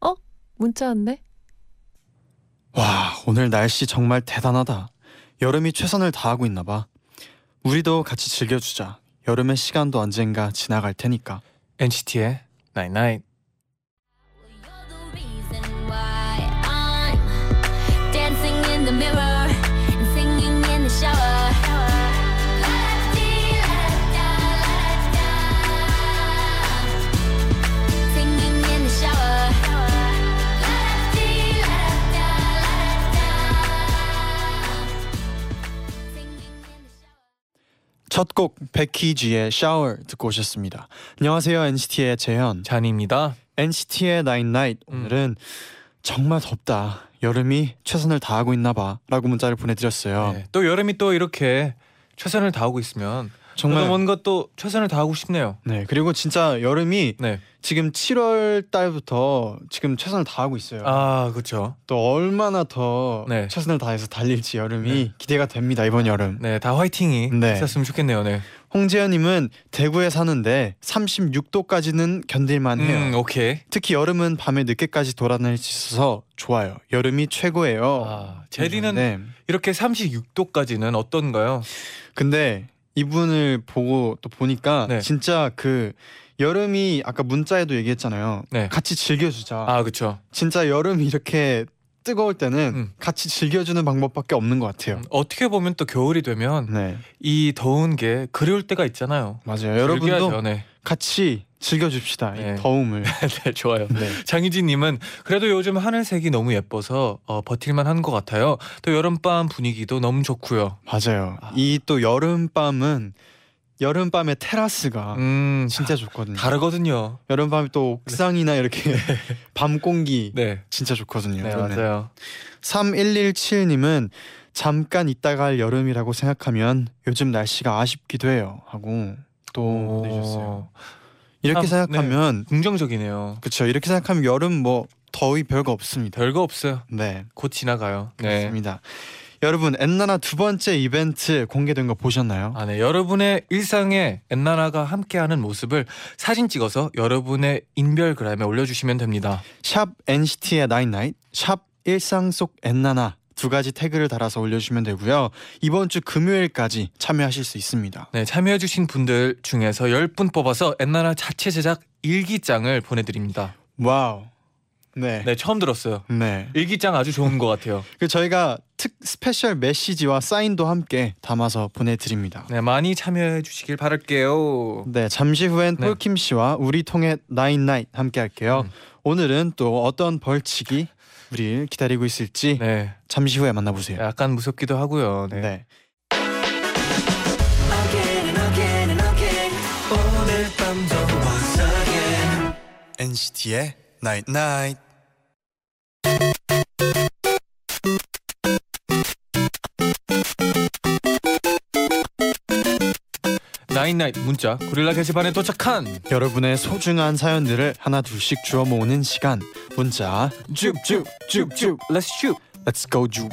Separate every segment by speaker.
Speaker 1: 어? 문자 왔네?
Speaker 2: 와 오늘 날씨 정말 대단하다 여름이 최선을 다하고 있나봐 우리도 같이 즐겨주자 여름의 시간도 언젠가 지나갈 테니까
Speaker 3: NCT의 Night Night.
Speaker 4: You're the reason why I'm dancing in the mirror and singing in the shower. Singing in the shower. Singing in the shower.
Speaker 2: 첫 곡 베키지의 샤워 듣고 오셨습니다 안녕하세요 NCT의 재현
Speaker 3: 잔입니다.
Speaker 2: NCT의 나인 나이트
Speaker 3: 음.
Speaker 2: 오늘은 정말 덥다 여름이 최선을 다하고 있나봐 라고 문자를 보내드렸어요
Speaker 3: 네, 또 여름이 또 이렇게 최선을 다하고 있으면
Speaker 2: 정말
Speaker 3: 저도 뭔가 또 최선을 다하고 싶네요.
Speaker 2: 네 그리고 진짜 여름이
Speaker 3: 네.
Speaker 2: 지금 7월 달부터 지금 최선을 다하고 있어요
Speaker 3: 아 그렇죠.
Speaker 2: 또 얼마나 더
Speaker 3: 네.
Speaker 2: 최선을 다해서 달릴지 여름이 기대가 됩니다 이번 여름.
Speaker 3: 네, 다 화이팅이
Speaker 2: 네.
Speaker 3: 있었으면 좋겠네요. 네.
Speaker 2: 홍재현님은 대구에 사는데 36도까지는 견딜만해요.
Speaker 3: 음, 오케이.
Speaker 2: 특히 여름은 밤에 늦게까지 돌아다닐 수 있어서 좋아요. 여름이 최고예요.
Speaker 3: 아, 제리는
Speaker 2: 어. 네.
Speaker 3: 이렇게 36도까지는 어떤가요?
Speaker 2: 근데 이분을 보고 또 보니까
Speaker 3: 네.
Speaker 2: 진짜 그 여름이 아까 문자에도 얘기했잖아요.
Speaker 3: 네.
Speaker 2: 같이 즐겨주자.
Speaker 3: 아 그렇죠.
Speaker 2: 진짜 여름이 이렇게 뜨거울 때는
Speaker 3: 음.
Speaker 2: 같이 즐겨주는 방법밖에 없는 것 같아요.
Speaker 3: 어떻게 보면 또 겨울이 되면
Speaker 2: 네,
Speaker 3: 이 더운 게 그리울 때가 있잖아요.
Speaker 2: 맞아요. 여러분도
Speaker 3: 즐겨야죠, 네.
Speaker 2: 같이 즐겨줍시다
Speaker 3: 네.
Speaker 2: 이 더움을
Speaker 3: 네, 좋아요.
Speaker 2: 네.
Speaker 3: 장희진님은 그래도 요즘 하늘색이 너무 예뻐서 어, 버틸만한 것 같아요. 또 여름밤 분위기도 너무 좋고요.
Speaker 2: 맞아요 이 또 여름밤은 여름밤의 테라스가
Speaker 3: 음,
Speaker 2: 진짜 좋거든요
Speaker 3: 다르거든요.
Speaker 2: 여름밤에 또 옥상이나 이렇게 밤 공기
Speaker 3: 네,
Speaker 2: 진짜 좋거든요
Speaker 3: 네
Speaker 2: 여름에.
Speaker 3: 맞아요.
Speaker 2: 3117님은 잠깐 있다가 할 여름이라고 생각하면 요즘 날씨가 아쉽기도 해요 하고 또 보내주셨어요
Speaker 3: 오,
Speaker 2: 이렇게
Speaker 3: 참, 네.
Speaker 2: 생각하면
Speaker 3: 긍정적이네요.
Speaker 2: 그쵸 이렇게 생각하면 여름 뭐 더위 별거 없습니다
Speaker 3: 별거 없어요.
Speaker 2: 네
Speaker 3: 곧 지나가요. 네.
Speaker 2: 그렇습니다. 여러분 엔나나 두 번째 이벤트 공개된 거 보셨나요?
Speaker 3: 아, 네. 여러분의 일상에 엔나나가 함께하는 모습을 사진 찍어서 여러분의 인별그램에 올려주시면 됩니다.
Speaker 2: 샵 NCT의 나인나잇 샵 일상 속 엔나나 두 가지 태그를 달아서 올려주시면 되고요. 이번 주 금요일까지 참여하실 수 있습니다.
Speaker 3: 네, 참여해주신 분들 중에서 10분 뽑아서 엔나나 자체 제작 일기장을 보내드립니다.
Speaker 2: 와우. 네. 네.
Speaker 3: 네, 처음 들었어요. 일기장 아주 좋은 것 같아요.
Speaker 2: 그 저희가 특 스페셜 메시지와 사인도 함께 담아서 보내드립니다.
Speaker 3: 네, 많이 참여해주시길 바랄게요.
Speaker 2: 네, 잠시 후엔
Speaker 3: 네.
Speaker 2: 폴킴 씨와 우리 통해 나인나잇 함께 할게요.
Speaker 3: 음.
Speaker 2: 오늘은 또 어떤 벌칙이 우리를 기다리고 있을지
Speaker 3: 네,
Speaker 2: 잠시 후에 만나보세요.
Speaker 3: 약간 무섭기도 하고요. 네.
Speaker 2: 네.
Speaker 5: Again and again and again 오늘 밤도 once again
Speaker 2: NCT의 Night Night.
Speaker 3: 나인나잇 문자 고릴라 게시판에 도착한
Speaker 2: 여러분의 소중한 사연들을 하나 둘씩 주워 모으는 시간. 문자
Speaker 3: 쭉쭉쭉쭉 Let's shoot.
Speaker 2: Let's go 주.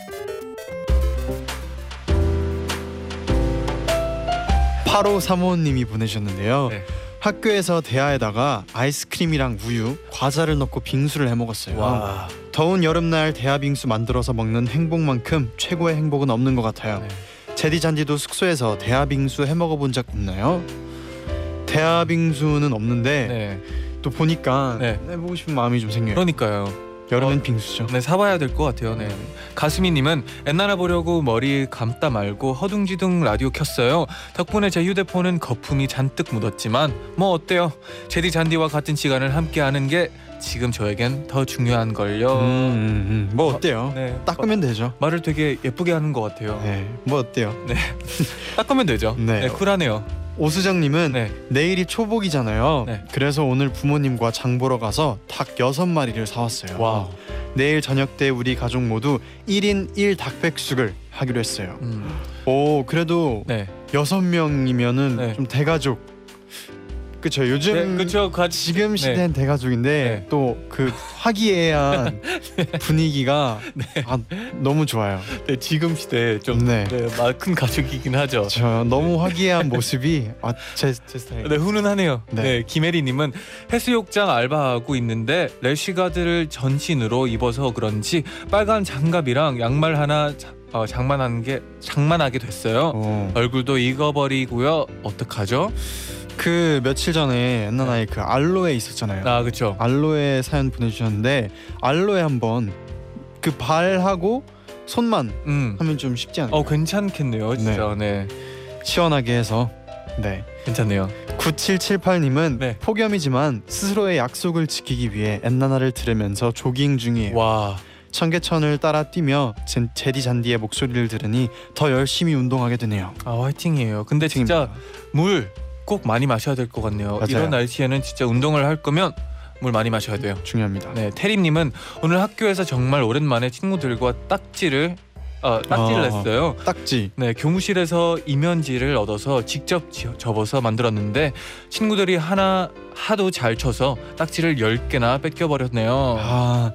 Speaker 2: 8호 사모님이 보내셨는데요.
Speaker 3: 네.
Speaker 2: 학교에서 대하에다가 아이스크림이랑 우유, 과자를 넣고 빙수를 해 먹었어요.
Speaker 3: 와.
Speaker 2: 더운 여름날 대하 빙수 만들어서 먹는 행복만큼 최고의 행복은 없는 것 같아요.
Speaker 3: 네.
Speaker 2: 제디 잔디도 숙소에서 대하빙수 해 먹어본 적 있나요? 대하빙수는 없는데
Speaker 3: 네.
Speaker 2: 또 보니까
Speaker 3: 네. 어.
Speaker 2: 해보고 싶은 마음이 좀 생겨요.
Speaker 3: 그러니까요.
Speaker 2: 여름엔 빙수죠.
Speaker 3: 네 사봐야 될 것 같아요. 네 가수미님은 엔나나 보려고 머리 감다 말고 허둥지둥 라디오 켰어요. 덕분에 제 휴대폰은 거품이 잔뜩 묻었지만 뭐 어때요? 제디 잔디와 같은 시간을 함께하는 게 지금 저에겐 더 중요한 걸요.
Speaker 2: 음, 음, 음. 뭐 어때요?
Speaker 3: 어. 네
Speaker 2: 닦으면 되죠.
Speaker 3: 어, 말을 되게 예쁘게 하는 것 같아요.
Speaker 2: 네, 뭐 어때요?
Speaker 3: 닦으면 되죠.
Speaker 2: 네.
Speaker 3: 네, 쿨하네요.
Speaker 2: 오수정님은
Speaker 3: 네
Speaker 2: 내일이 초복이잖아요.
Speaker 3: 네.
Speaker 2: 그래서 오늘 부모님과 장 보러 가서 닭 여섯 마리를 사왔어요.
Speaker 3: 와우.
Speaker 2: 내일 저녁 때 우리 가족 모두 1인 1 닭백숙을 하기로 했어요.
Speaker 3: 음,
Speaker 2: 오 그래도
Speaker 3: 네.
Speaker 2: 여섯 명이면은
Speaker 3: 네.
Speaker 2: 좀 대가족. 그쵸 요즘
Speaker 3: 네, 그렇죠. 같이
Speaker 2: 지금 시대는 대가족인데
Speaker 3: 네.
Speaker 2: 또 그 화기애애한 분위기가 아, 너무 좋아요.
Speaker 3: 네, 지금 시대 좀큰
Speaker 2: 네.
Speaker 3: 가족이긴 하죠.
Speaker 2: 저 너무 화기애애한 모습이 아, 제, 제 스타일.
Speaker 3: 네 훈훈하네요.
Speaker 2: 네.
Speaker 3: 네, 김혜리님은 해수욕장 알바하고 있는데 래쉬가드를 전신으로 입어서 그런지 빨간 장갑이랑 양말 하나 자- 어, 장만한 게 장만하게 됐어요.
Speaker 2: 어.
Speaker 3: 얼굴도 익어버리고요. 어떡하죠?
Speaker 2: 그 며칠 전에 옛날 아이 그 알로에 있었잖아요.
Speaker 3: 아 그렇죠.
Speaker 2: 알로에 사연 보내주셨는데 알로에 한번 그 발하고 손만
Speaker 3: 음.
Speaker 2: 하면 좀 쉽지 않아요.
Speaker 3: 어 괜찮겠네요. 진짜 네,
Speaker 2: 시원하게 해서 네.
Speaker 3: 괜찮네요.
Speaker 2: 9778님은
Speaker 3: 네.
Speaker 2: 폭염이지만 스스로의 약속을 지키기 위해 엔나나를 들으면서 조깅 중이에요.
Speaker 3: 와
Speaker 2: 청계천을 따라 뛰며 젠- 제디 잔디의 목소리를 들으니 더 열심히 운동하게 되네요.
Speaker 3: 아, 화이팅이에요. 근데 진짜
Speaker 2: 팀입니다.
Speaker 3: 물 꼭 많이 마셔야 될 것 같네요.
Speaker 2: 맞아요.
Speaker 3: 이런 날씨에는 진짜 운동을 할 거면 물 많이 마셔야 돼요.
Speaker 2: 중요합니다.
Speaker 3: 네, 테림님은 오늘 학교에서 정말 오랜만에 친구들과 딱지를 아, 딱지를
Speaker 2: 아.
Speaker 3: 냈어요.
Speaker 2: 딱지.
Speaker 3: 네, 교무실에서 이면지를 얻어서 직접 지- 접어서 만들었는데 친구들이 하나 하도 잘 쳐서 딱지를 10개나 뺏겨 버렸네요.
Speaker 2: 아,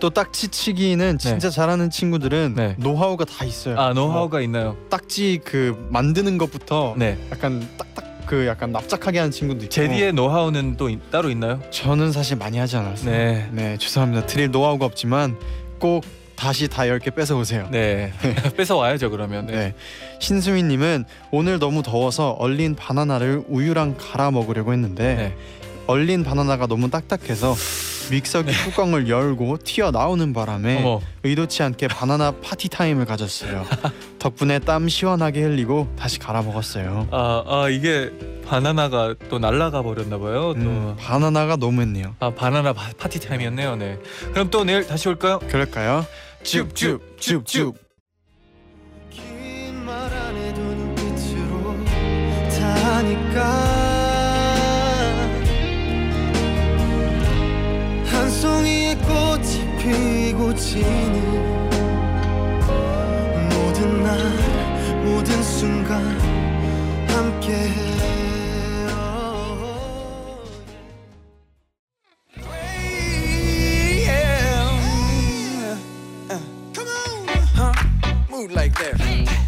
Speaker 2: 또 딱지치기는 진짜 잘하는 친구들은
Speaker 3: 네.
Speaker 2: 노하우가 다 있어요.
Speaker 3: 아, 노하우가 있나요?
Speaker 2: 뭐 딱지 그 만드는 것부터
Speaker 3: 네.
Speaker 2: 약간 딱딱 그 약간 납작하게 하는 친구도 있고.
Speaker 3: 제디의 노하우는 또 이- 따로 있나요?
Speaker 2: 저는 사실 많이 하지 않았어요.
Speaker 3: 네.
Speaker 2: 네, 죄송합니다. 드릴 노하우가 없지만 꼭 다시 다 10개 뺏어 오세요.
Speaker 3: 네. 뺏어 와야죠, 그러면.
Speaker 2: 네.
Speaker 3: 네.
Speaker 2: 신수민 님은 오늘 너무 더워서 얼린 바나나를 우유랑 갈아 먹으려고 했는데
Speaker 3: 네.
Speaker 2: 얼린 바나나가 너무 딱딱해서 믹서기 뚜껑을 열고 네. 튀어 나오는 바람에
Speaker 3: 어머.
Speaker 2: 의도치 않게 바나나 파티 타임을 가졌어요. 덕분에 땀 시원하게 흘리고 다시 갈아 먹었어요.
Speaker 3: 아, 아 이게 바나나가 또 날아가 버렸나 봐요. 또.
Speaker 2: 음, 바나나가 너무했네요.
Speaker 3: 아, 바나나 바- 파티 타임이었네요. 네. 그럼 또 내일 다시 올까요?
Speaker 2: 그럴까요?
Speaker 3: 줍줍줍줍.
Speaker 5: 긴 말 안 해도 눈빛으로 다 아니까 한 송이의 꽃이 피고 지는 모든 날 모든 순간 함께해요 Yeah. Uh, Come on. Huh? Move like that.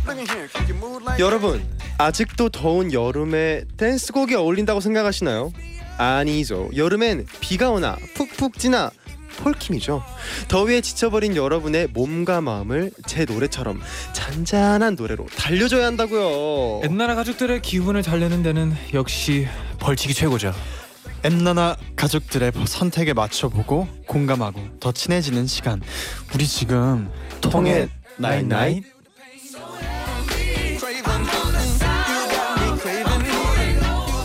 Speaker 5: Look in here. Can you move like
Speaker 6: 여러분 아직도 더운 여름에 댄스곡이 어울린다고 생각하시나요? 아니죠 여름엔 비가 오나 푹푹 찌나 폴킴이죠 더위에 지쳐버린 여러분의 몸과 마음을 제 노래처럼 잔잔한 노래로 달려줘야 한다고요
Speaker 3: 옛날 가족들의 기분을 잘 내는 데는 역시 벌칙이 최고죠.
Speaker 2: 엔나나 가족들의 선택에 맞춰보고 공감하고 더 친해지는 시간. 우리 지금 통해 나이 나이.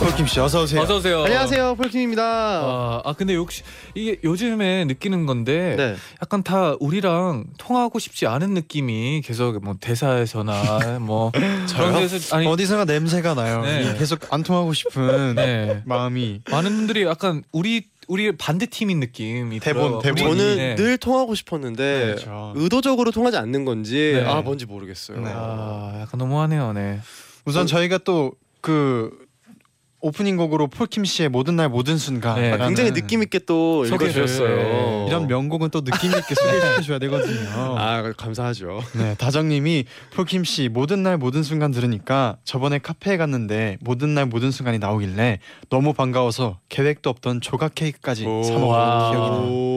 Speaker 2: 폴킴 씨 어서 오세요.
Speaker 3: 어서 오세요.
Speaker 6: 안녕하세요
Speaker 2: 어.
Speaker 6: 폴킴입니다
Speaker 3: 아, 아 근데 역시 이게 요즘에 느끼는 건데
Speaker 6: 네
Speaker 3: 약간 다 우리랑 통하고 싶지 않은 느낌이 계속 뭐 대사에서나 뭐 그런
Speaker 2: 저요?
Speaker 3: 데서 아니
Speaker 2: 어디선가 냄새가 나요.
Speaker 3: 네.
Speaker 2: 이 계속 안 통하고 싶은
Speaker 3: 네.
Speaker 2: 마음이
Speaker 3: 많은 분들이 약간 우리 우리 반대 팀인 느낌이 들어요.
Speaker 2: 대본, 대본.
Speaker 3: 우리,
Speaker 6: 저는
Speaker 3: 네.
Speaker 6: 늘 통하고 싶었는데
Speaker 2: 그렇죠.
Speaker 6: 의도적으로 통하지 않는 건지
Speaker 3: 네.
Speaker 6: 아 뭔지 모르겠어요
Speaker 2: 네.
Speaker 3: 아 약간 너무하네요, 네.
Speaker 2: 우선 저희가 또 그 오프닝 곡으로 폴킴 씨의 모든 날 모든 순간
Speaker 3: 네.
Speaker 2: 라는
Speaker 6: 굉장히 느낌 있게 또
Speaker 3: 소개를,
Speaker 6: 읽어주셨어요
Speaker 3: 네.
Speaker 2: 이런 명곡은 또 느낌 있게 소개시켜 줘야 되거든요.
Speaker 6: 아 감사하죠
Speaker 2: 네, 다정님이 폴킴 씨 모든 날 모든 순간 들으니까 저번에 카페에 갔는데 모든 날 모든 순간이 나오길래 너무 반가워서 계획도 없던 조각 케이크까지 사 먹은 기억이 나.
Speaker 6: 오.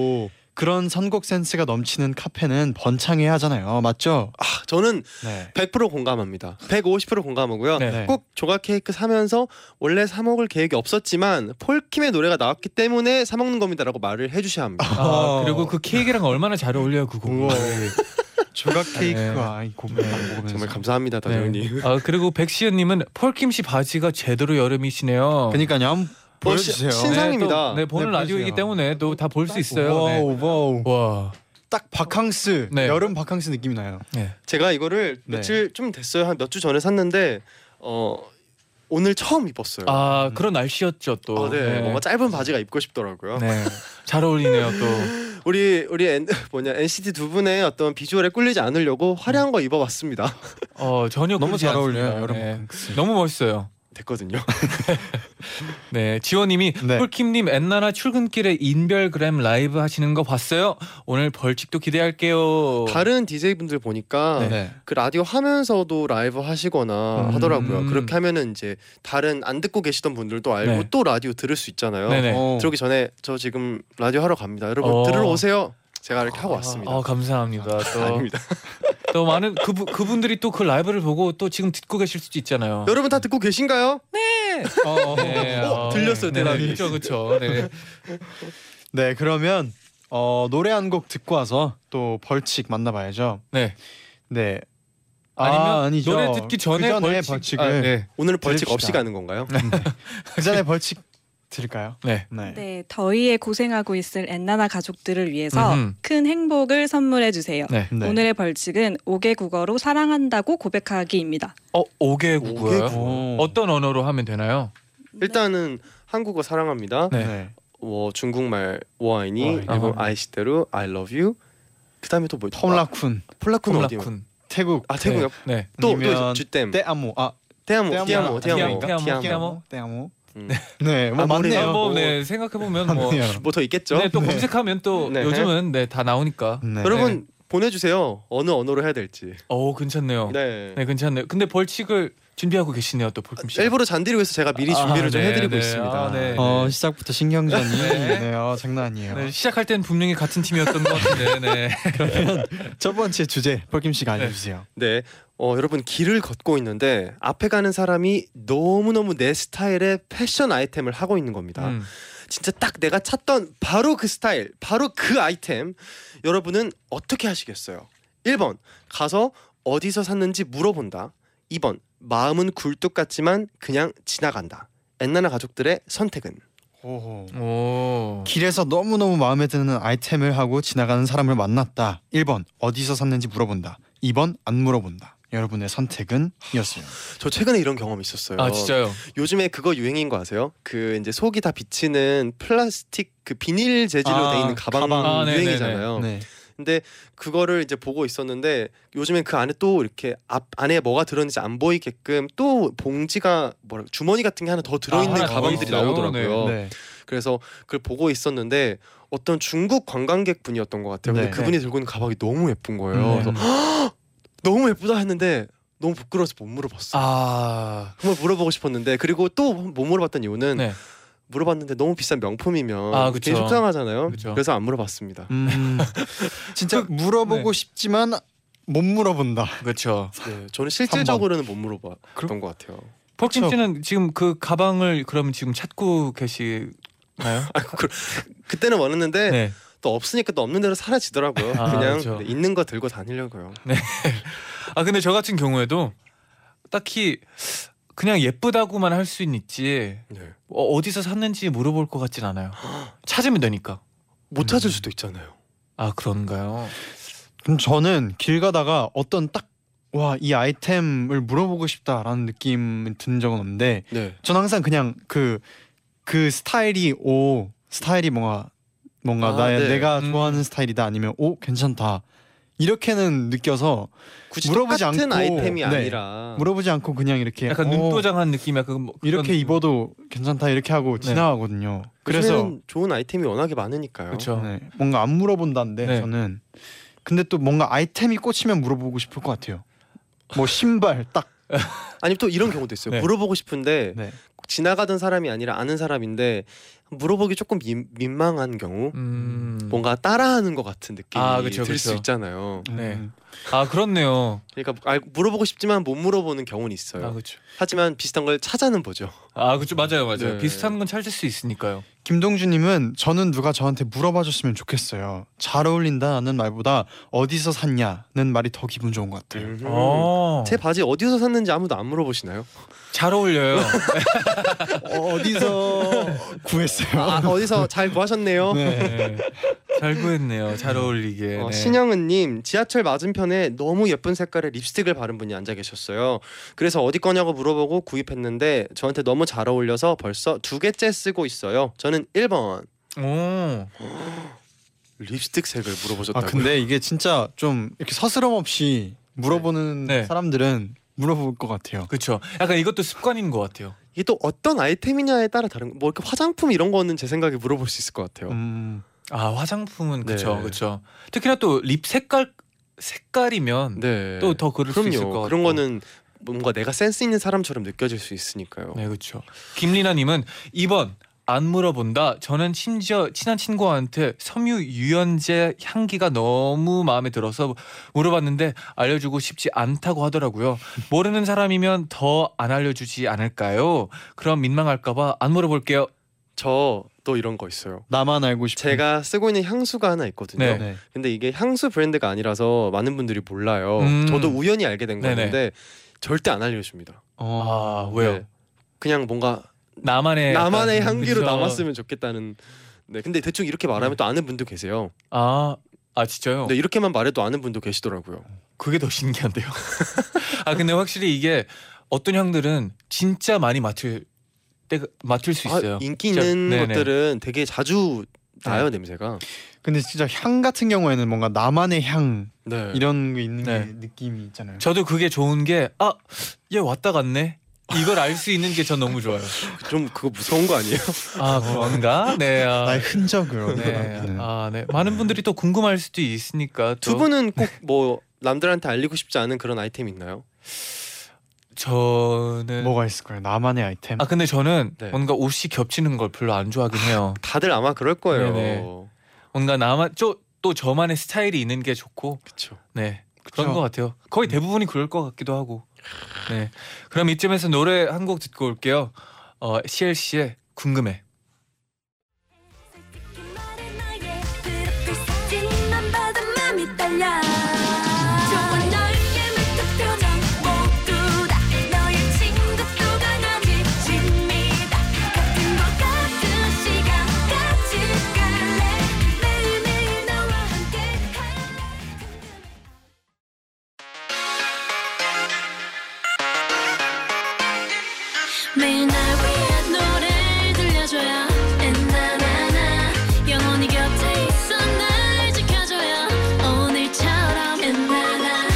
Speaker 2: 그런 선곡 센스가 넘치는 카페는 번창해야 하잖아요, 맞죠?
Speaker 6: 아, 저는
Speaker 2: 네.
Speaker 6: 100% 공감합니다. 150% 공감하고요.
Speaker 3: 네.
Speaker 2: 네.
Speaker 6: 꼭 조각 케이크 사면서 원래 사 먹을 계획이 없었지만 폴킴의 노래가 나왔기 때문에 사 먹는 겁니다라고 말을 해주셔야 합니다.
Speaker 3: 아 그리고 그 케이크랑 얼마나 잘 어울려요 그 곡.
Speaker 2: 어. 우와. 조각 케이크와 이 곡을 딱 먹으면서
Speaker 6: 정말 감사합니다,
Speaker 2: 네.
Speaker 6: 다정님.
Speaker 3: 아 그리고 백시연님은 폴킴 씨 바지가 제대로 여름이시네요.
Speaker 2: 그러니까요, 한번 보여주세요.
Speaker 6: 어, 시- 신상- 신상입니다.
Speaker 3: 네, 또, 네 보는
Speaker 2: 네,
Speaker 3: 라디오이기
Speaker 2: 보여주세요.
Speaker 3: 때문에 또 다 볼 수 있어요. 네.
Speaker 2: 와우, 와우.
Speaker 3: 와.
Speaker 2: 딱 바캉스,
Speaker 3: 네.
Speaker 2: 여름 바캉스 느낌이 나요.
Speaker 3: 네.
Speaker 6: 제가 이거를
Speaker 2: 네.
Speaker 6: 며칠 좀 됐어요. 한 몇 주 전에 샀는데 어, 오늘 처음 입었어요. 어, 네. 아,
Speaker 3: 아
Speaker 2: 아,
Speaker 3: 그런 날씨였죠 또.
Speaker 6: 네. 뭔가 짧은 바지가 입고 싶더라고요.
Speaker 3: 네. 잘 어울리네요 또.
Speaker 6: 우리 우리 엔, 뭐냐 NCT 두 분의 어떤 비주얼에 꿀리지 않으려고 화려한 거 입어봤습니다.
Speaker 3: 어 전혀
Speaker 2: 너무
Speaker 3: 그러지
Speaker 2: 잘 어울려요,
Speaker 3: 않습니다.
Speaker 2: 여러분.
Speaker 3: 네. 너무 멋있어요.
Speaker 6: 됐거든요.
Speaker 3: 네, 지원님이
Speaker 2: 네.
Speaker 3: 폴킴님 엔나나 출근길에 인별그램 라이브 하시는 거 봤어요. 오늘 벌칙도 기대할게요.
Speaker 6: 다른 DJ 분들 보니까
Speaker 2: 네.
Speaker 6: 그 라디오 하면서도 라이브 하시거나
Speaker 3: 음.
Speaker 6: 하더라고요. 그렇게 하면은 이제 다른 안 듣고 계시던 분들도 알고
Speaker 3: 네.
Speaker 6: 또 라디오 들을 수 있잖아요.
Speaker 3: 네네.
Speaker 2: 어,
Speaker 6: 들어오기 전에 저 지금 라디오 하러 갑니다. 여러분
Speaker 3: 어.
Speaker 6: 들으러 오세요. 제가 이렇게 하고 왔습니다.
Speaker 3: 아, 아, 감사합니다. 또,
Speaker 6: 아닙니다.
Speaker 3: 또 많은 그 그분들이 또 그 라이브를 보고 또 지금 듣고 계실 수도 있잖아요.
Speaker 6: 여러분 다 듣고 계신가요?
Speaker 3: 어, 네,
Speaker 6: 어, 들렸어요, 대답이.
Speaker 3: 그렇죠, 그렇죠. 네.
Speaker 2: 네 그러면 어, 노래 한 곡 듣고 와서 또 벌칙 만나봐야죠.
Speaker 3: 네.
Speaker 2: 네.
Speaker 3: 아니면
Speaker 2: 아, 아니죠.
Speaker 3: 노래 듣기 전에,
Speaker 2: 그 전에
Speaker 3: 벌칙,
Speaker 2: 벌칙을.
Speaker 3: 아, 네.
Speaker 6: 오늘 벌칙
Speaker 2: 들읍시다.
Speaker 6: 없이 가는 건가요?
Speaker 2: 그 전에 벌칙 드릴까요?
Speaker 3: 네.
Speaker 2: 네.
Speaker 7: 네, 더위에 고생하고 있을 엔나나 가족들을 위해서
Speaker 3: 음흠.
Speaker 7: 큰 행복을 선물해 주세요.
Speaker 3: 네.
Speaker 2: 네.
Speaker 7: 오늘의 벌칙은 5개 국어로 사랑한다고 고백하기입니다.
Speaker 3: 어, 5개 국어요.
Speaker 6: 오개국.
Speaker 2: 오.
Speaker 3: 어떤 언어로 하면 되나요?
Speaker 6: 일단은 한국어 사랑합니다.
Speaker 3: 네.
Speaker 2: 네.
Speaker 6: 어, 중국말 워아이니
Speaker 2: 워아이니.
Speaker 6: 그리고
Speaker 3: 아하.
Speaker 6: 아이시대로 I love you. 그다음에 또 뭐?
Speaker 2: 폼라쿤
Speaker 6: 폴라쿤 어디?
Speaker 3: 폴라쿤.
Speaker 2: 태국
Speaker 6: 아 태국이요.
Speaker 3: 네.
Speaker 6: 또또
Speaker 2: 아니면
Speaker 6: 주댐.
Speaker 2: 떼아모 아
Speaker 6: 대amo 대amo 대amo
Speaker 3: 떼아모, 떼아모,
Speaker 6: 대amo.
Speaker 3: 떼아모.
Speaker 2: 떼아모
Speaker 6: 음.
Speaker 2: 네뭐
Speaker 6: 아,
Speaker 2: 맞네요.
Speaker 6: 모르겠네요.
Speaker 3: 한번 네, 생각해 보면 뭐
Speaker 2: 맞네요.
Speaker 6: 뭐더 있겠죠?
Speaker 3: 네, 또 검색하면 또
Speaker 6: 네. 음.
Speaker 3: 요즘은 네, 다 나오니까.
Speaker 2: 네.
Speaker 6: 여러분 보내주세요. 어느 언어로 해야 될지.
Speaker 3: 오, 괜찮네요. 네.
Speaker 6: 네.
Speaker 3: 괜찮네요. 근데 벌칙을 준비하고 계시네요, 또 폴킴 씨.
Speaker 6: 일부러 잔디를 위해서 제가 미리
Speaker 3: 아,
Speaker 6: 준비를 좀
Speaker 3: 네,
Speaker 6: 해드리고
Speaker 3: 네.
Speaker 6: 있습니다.
Speaker 3: 아, 네.
Speaker 2: 어 시작부터 신경전이
Speaker 3: 네.
Speaker 2: 네. 어, 장난 아니에요.
Speaker 3: 네, 시작할 땐 분명히 같은 팀이었던 것 같은데. 네.
Speaker 2: 첫 번째 주제 폴킴 씨가 알려주세요.
Speaker 6: 네. 어, 여러분 길을 걷고 있는데 앞에 가는 사람이 너무너무 내 스타일의 패션 아이템을 하고 있는 겁니다.
Speaker 3: 음.
Speaker 6: 진짜 딱 내가 찾던 바로 그 스타일, 바로 그 아이템. 여러분은 어떻게 하시겠어요? 1번 가서 어디서 샀는지 물어본다. 2번 마음은 굴뚝 같지만 그냥 지나간다. 엔나나 가족들의 선택은
Speaker 2: 오호.
Speaker 3: 오.
Speaker 2: 길에서 너무너무 마음에 드는 아이템을 하고 지나가는 사람을 만났다. 1번 어디서 샀는지 물어본다. 2번 안 물어본다. 여러분의 선택은 이었어요.
Speaker 6: 저 최근에 이런 경험 있었어요.
Speaker 3: 아, 진짜요?
Speaker 6: 요즘에 그거 유행인 거 아세요? 그 이제 속이 다 비치는 플라스틱 그 비닐 재질로
Speaker 2: 아,
Speaker 6: 돼 있는 가방,
Speaker 2: 가방.
Speaker 3: 아, 네네네.
Speaker 6: 유행이잖아요.
Speaker 2: 네.
Speaker 6: 근데 그거를 이제 보고 있었는데 요즘엔 그 안에 또 이렇게 앞 안에 뭐가 들었는지 안 보이게끔 또 봉지가 뭐라 주머니 같은 게 하나 더 들어
Speaker 3: 아,
Speaker 6: 있는
Speaker 3: 하나 더
Speaker 6: 가방들이
Speaker 3: 있어요?
Speaker 6: 나오더라고요.
Speaker 2: 네.
Speaker 6: 그래서 그걸 보고 있었는데 어떤 중국 관광객 분이었던 것 같아요. 근데
Speaker 2: 네.
Speaker 6: 그분이 들고 있는 가방이 너무 예쁜 거예요.
Speaker 3: 네.
Speaker 2: 음.
Speaker 6: 그래서 "헉! 너무 예쁘다 했는데 너무 부끄러워서 못 물어봤어. 요
Speaker 3: 아.
Speaker 6: 정말 물어보고 싶었는데 그리고 또 못 물어봤던 이유는
Speaker 3: 네.
Speaker 6: 물어봤는데 너무 비싼 명품이면
Speaker 3: 아, 그쵸.
Speaker 6: 굉장히 속상하잖아요.
Speaker 3: 그쵸.
Speaker 6: 그래서 안 물어봤습니다.
Speaker 2: 음. 진짜 물어보고 싶지만 못 물어본다.
Speaker 3: 그렇죠.
Speaker 6: 네, 저는 실질적으로는 못 물어봤던
Speaker 3: 그럼-
Speaker 6: 것 같아요.
Speaker 3: 폴킴
Speaker 2: 그쵸.
Speaker 3: 씨는 지금 그 가방을 그럼 지금 찾고 계시나요?
Speaker 2: 아,
Speaker 6: 그때는 원했는데
Speaker 3: 네.
Speaker 6: 또 없으니까 또 없는 대로 사라지더라고요.
Speaker 3: 아,
Speaker 6: 그냥
Speaker 3: 그쵸.
Speaker 6: 네, 있는 거 들고 다니려고요.
Speaker 3: 아 근데 저 같은 경우에도 딱히 그냥 예쁘다고만 할 수는 있지
Speaker 6: 네.
Speaker 3: 어, 어디서 샀는지 물어볼 것 같진 않아요. 찾으면 되니까.
Speaker 6: 못 찾을 수도 있잖아요.
Speaker 3: 아 그런가요?
Speaker 2: 그럼 저는 길 가다가 어떤 딱 와 이 아이템을 물어보고 싶다라는 느낌 든 적은 없는데
Speaker 6: 네.
Speaker 2: 전 항상 그냥 그 그 스타일이 오 스타일이 뭔가 뭔가
Speaker 6: 아,
Speaker 2: 나의
Speaker 6: 네.
Speaker 2: 내가
Speaker 3: 음.
Speaker 2: 좋아하는 스타일이다 아니면 오 괜찮다 이렇게는 느껴서
Speaker 6: 굳이
Speaker 2: 물어보지
Speaker 6: 똑같은
Speaker 2: 않고,
Speaker 6: 아이템이
Speaker 2: 네.
Speaker 6: 아니라
Speaker 2: 물어보지 않고 그냥 이렇게
Speaker 3: 약간
Speaker 2: 어,
Speaker 3: 눈도장한 느낌이야. 그 뭐,
Speaker 2: 이렇게
Speaker 3: 그건-
Speaker 2: 입어도 괜찮다 이렇게 하고
Speaker 3: 네.
Speaker 2: 지나가거든요. 그래서
Speaker 6: 요즘에는 좋은 아이템이 워낙에 많으니까요.
Speaker 3: 그렇죠.
Speaker 2: 네, 뭔가 안 물어본다는데
Speaker 3: 네.
Speaker 2: 저는 근데 또 뭔가 아이템이 꽂히면 물어보고 싶을 것 같아요. 뭐 신발 딱
Speaker 6: 아니 또 이런 경우도 있어요.
Speaker 3: 네.
Speaker 6: 물어보고 싶은데
Speaker 2: 네.
Speaker 6: 꼭 지나가던 사람이 아니라 아는 사람인데 물어보기 조금 민, 민망한 경우
Speaker 3: 음.
Speaker 6: 뭔가 따라하는 것 같은 느낌이
Speaker 3: 아, 그쵸,
Speaker 6: 들 수
Speaker 3: 그쵸.
Speaker 6: 있잖아요.
Speaker 3: 네.
Speaker 2: 음.
Speaker 3: 아 그렇네요.
Speaker 6: 그러니까 알- 물어보고 싶지만 못 물어보는 경우는
Speaker 2: 네.
Speaker 6: 있어요.
Speaker 3: 아 그렇죠.
Speaker 6: 하지만 비슷한 걸 찾아는 보죠.
Speaker 3: 아 그렇죠. 맞아요, 맞아요.
Speaker 6: 네.
Speaker 3: 비슷한 건 찾을 수 있으니까요.
Speaker 2: 김동주님은 저는 누가 저한테 물어봐줬으면 좋겠어요. 잘 어울린다는 말보다 어디서 샀냐는 말이 더 기분 좋은 것 같아요.
Speaker 3: 어.
Speaker 6: 음. 제 바지 어디서 샀는지 아무도 안 물어보시나요?
Speaker 3: 잘 어울려요.
Speaker 2: 어디서 구했어요?
Speaker 6: 아, 어디서 잘 구하셨네요.
Speaker 2: 네.
Speaker 3: 네. 잘 구했네요. 잘 어울리게.
Speaker 6: 어,
Speaker 3: 네.
Speaker 6: 신영은님 지하철 맞은편에 너무 예쁜 색깔의 립스틱을 바른 분이 앉아 계셨어요. 그래서 어디 거냐고 물어보고 구입했는데 저한테 너무 잘 어울려서 벌써 두 개째 쓰고 있어요. 저는 1번.
Speaker 3: 오.
Speaker 6: 립스틱 색을
Speaker 2: 아
Speaker 6: 물어보셨다고요?
Speaker 2: 근데 이게 진짜 좀 이렇게 서스럼 없이 물어보는
Speaker 3: 네.
Speaker 2: 사람들은 물어볼 것 같아요.
Speaker 3: 그렇죠. 약간 이것도 습관인 것 같아요.
Speaker 6: 이게 또 어떤 아이템이냐에 따라 다른 뭐 이렇게 화장품 이런 거는 제 생각에 물어볼 수 있을 것 같아요.
Speaker 2: 음,
Speaker 3: 아 화장품은 그렇죠,
Speaker 6: 네.
Speaker 3: 그렇죠. 특히나 또 립 색깔 색깔이면
Speaker 6: 네.
Speaker 3: 또 더 그럴 수 있을 것
Speaker 6: 그럼요.
Speaker 3: 같고.
Speaker 6: 그런 거는 뭔가 내가 센스 있는 사람처럼 느껴질 수 있으니까요.
Speaker 3: 네, 그렇죠. 김리나님은 2번 안 물어본다. 저는 심지어 친한 친구한테 섬유 유연제 향기가 너무 마음에 들어서 물어봤는데 알려주고 싶지 않다고 하더라고요. 모르는 사람이면 더 안 알려주지 않을까요? 그럼 민망할까봐 안 물어볼게요.
Speaker 6: 저도 이런 거 있어요.
Speaker 2: 나만 알고 싶은
Speaker 6: 제가 쓰고 있는 향수가 하나 있거든요.
Speaker 3: 음. 네.
Speaker 2: 네.
Speaker 6: 근데 이게 향수 브랜드가 아니라서 많은 분들이 몰라요.
Speaker 3: 음.
Speaker 6: 저도 우연히 알게 된
Speaker 3: 네네.
Speaker 6: 건데 절대 안 알려줍니다.
Speaker 2: 어,
Speaker 3: 아 왜요?
Speaker 6: 네. 그냥 뭔가
Speaker 3: 나만의
Speaker 6: 나만의
Speaker 3: 네, 약간,
Speaker 6: 향기로
Speaker 3: 그쵸.
Speaker 6: 남았으면 좋겠다는. 네, 근데 대충 이렇게 말하면 또 아는 분도 계세요.
Speaker 3: 아, 아 진짜요?
Speaker 6: 근데 이렇게만 말해도 아는 분도 계시더라고요.
Speaker 3: 그게 더 신기한데요. 아 근데 확실히 이게 어떤 향들은 진짜 많이 맡을 때 맡을 수 있어요.
Speaker 6: 아, 인기
Speaker 3: 진짜.
Speaker 6: 있는
Speaker 3: 네네. 네.
Speaker 6: 것들은 되게 자주 나요 냄새가.
Speaker 2: 근데 진짜 향 같은 경우에는 뭔가 나만의 향
Speaker 6: 네.
Speaker 2: 이런 게 있는
Speaker 3: 네.
Speaker 2: 게 느낌이 있잖아요.
Speaker 3: 저도 그게 좋은 게 아 얘 왔다 갔네. 이걸 알 수 있는 게 전 너무 좋아요.
Speaker 6: 좀 그거 무서운 거 아니에요?
Speaker 3: 아 그런가? 네. 아,
Speaker 2: 나의 흔적으로.
Speaker 3: 네.
Speaker 2: 남기는.
Speaker 3: 아 네. 많은 분들이 또 궁금할 수도 있으니까 또
Speaker 6: 두 분은 꼭 뭐 남들한테 알리고 싶지 않은 그런 아이템 있나요?
Speaker 3: 저는
Speaker 2: 뭐가 있을까요? 나만의 아이템.
Speaker 3: 네. 아 근데 저는
Speaker 6: 네.
Speaker 3: 뭔가 옷이 겹치는 걸 별로 안 좋아하긴 해요.
Speaker 6: 다들 아마 그럴 거예요.
Speaker 3: 네네. 뭔가 나만 저또 저만의 스타일이 있는 게 좋고
Speaker 6: 그렇죠.
Speaker 3: 네. 그런
Speaker 2: 그쵸.
Speaker 3: 것 같아요. 거의 대부분이 그럴 것 같기도 하고. 네. 그럼 이쯤에서 노래 한 곡 듣고 올게요. 어, CLC의 궁금해.
Speaker 4: 솔직히 말해 나의 그렇게 사진만 봐도 맘이 떨려 좋아 너의 깨물던 표정 모두 다 너의 친구도 강아지 짐이다 같은 곳 같은 시간 같이 갈래 매일매일 너와 함께 할래 매일 날 위한 노래를 들려줘요 엔나나나 영원히 곁에 있어 날 지켜줘요 오늘처럼 엔나나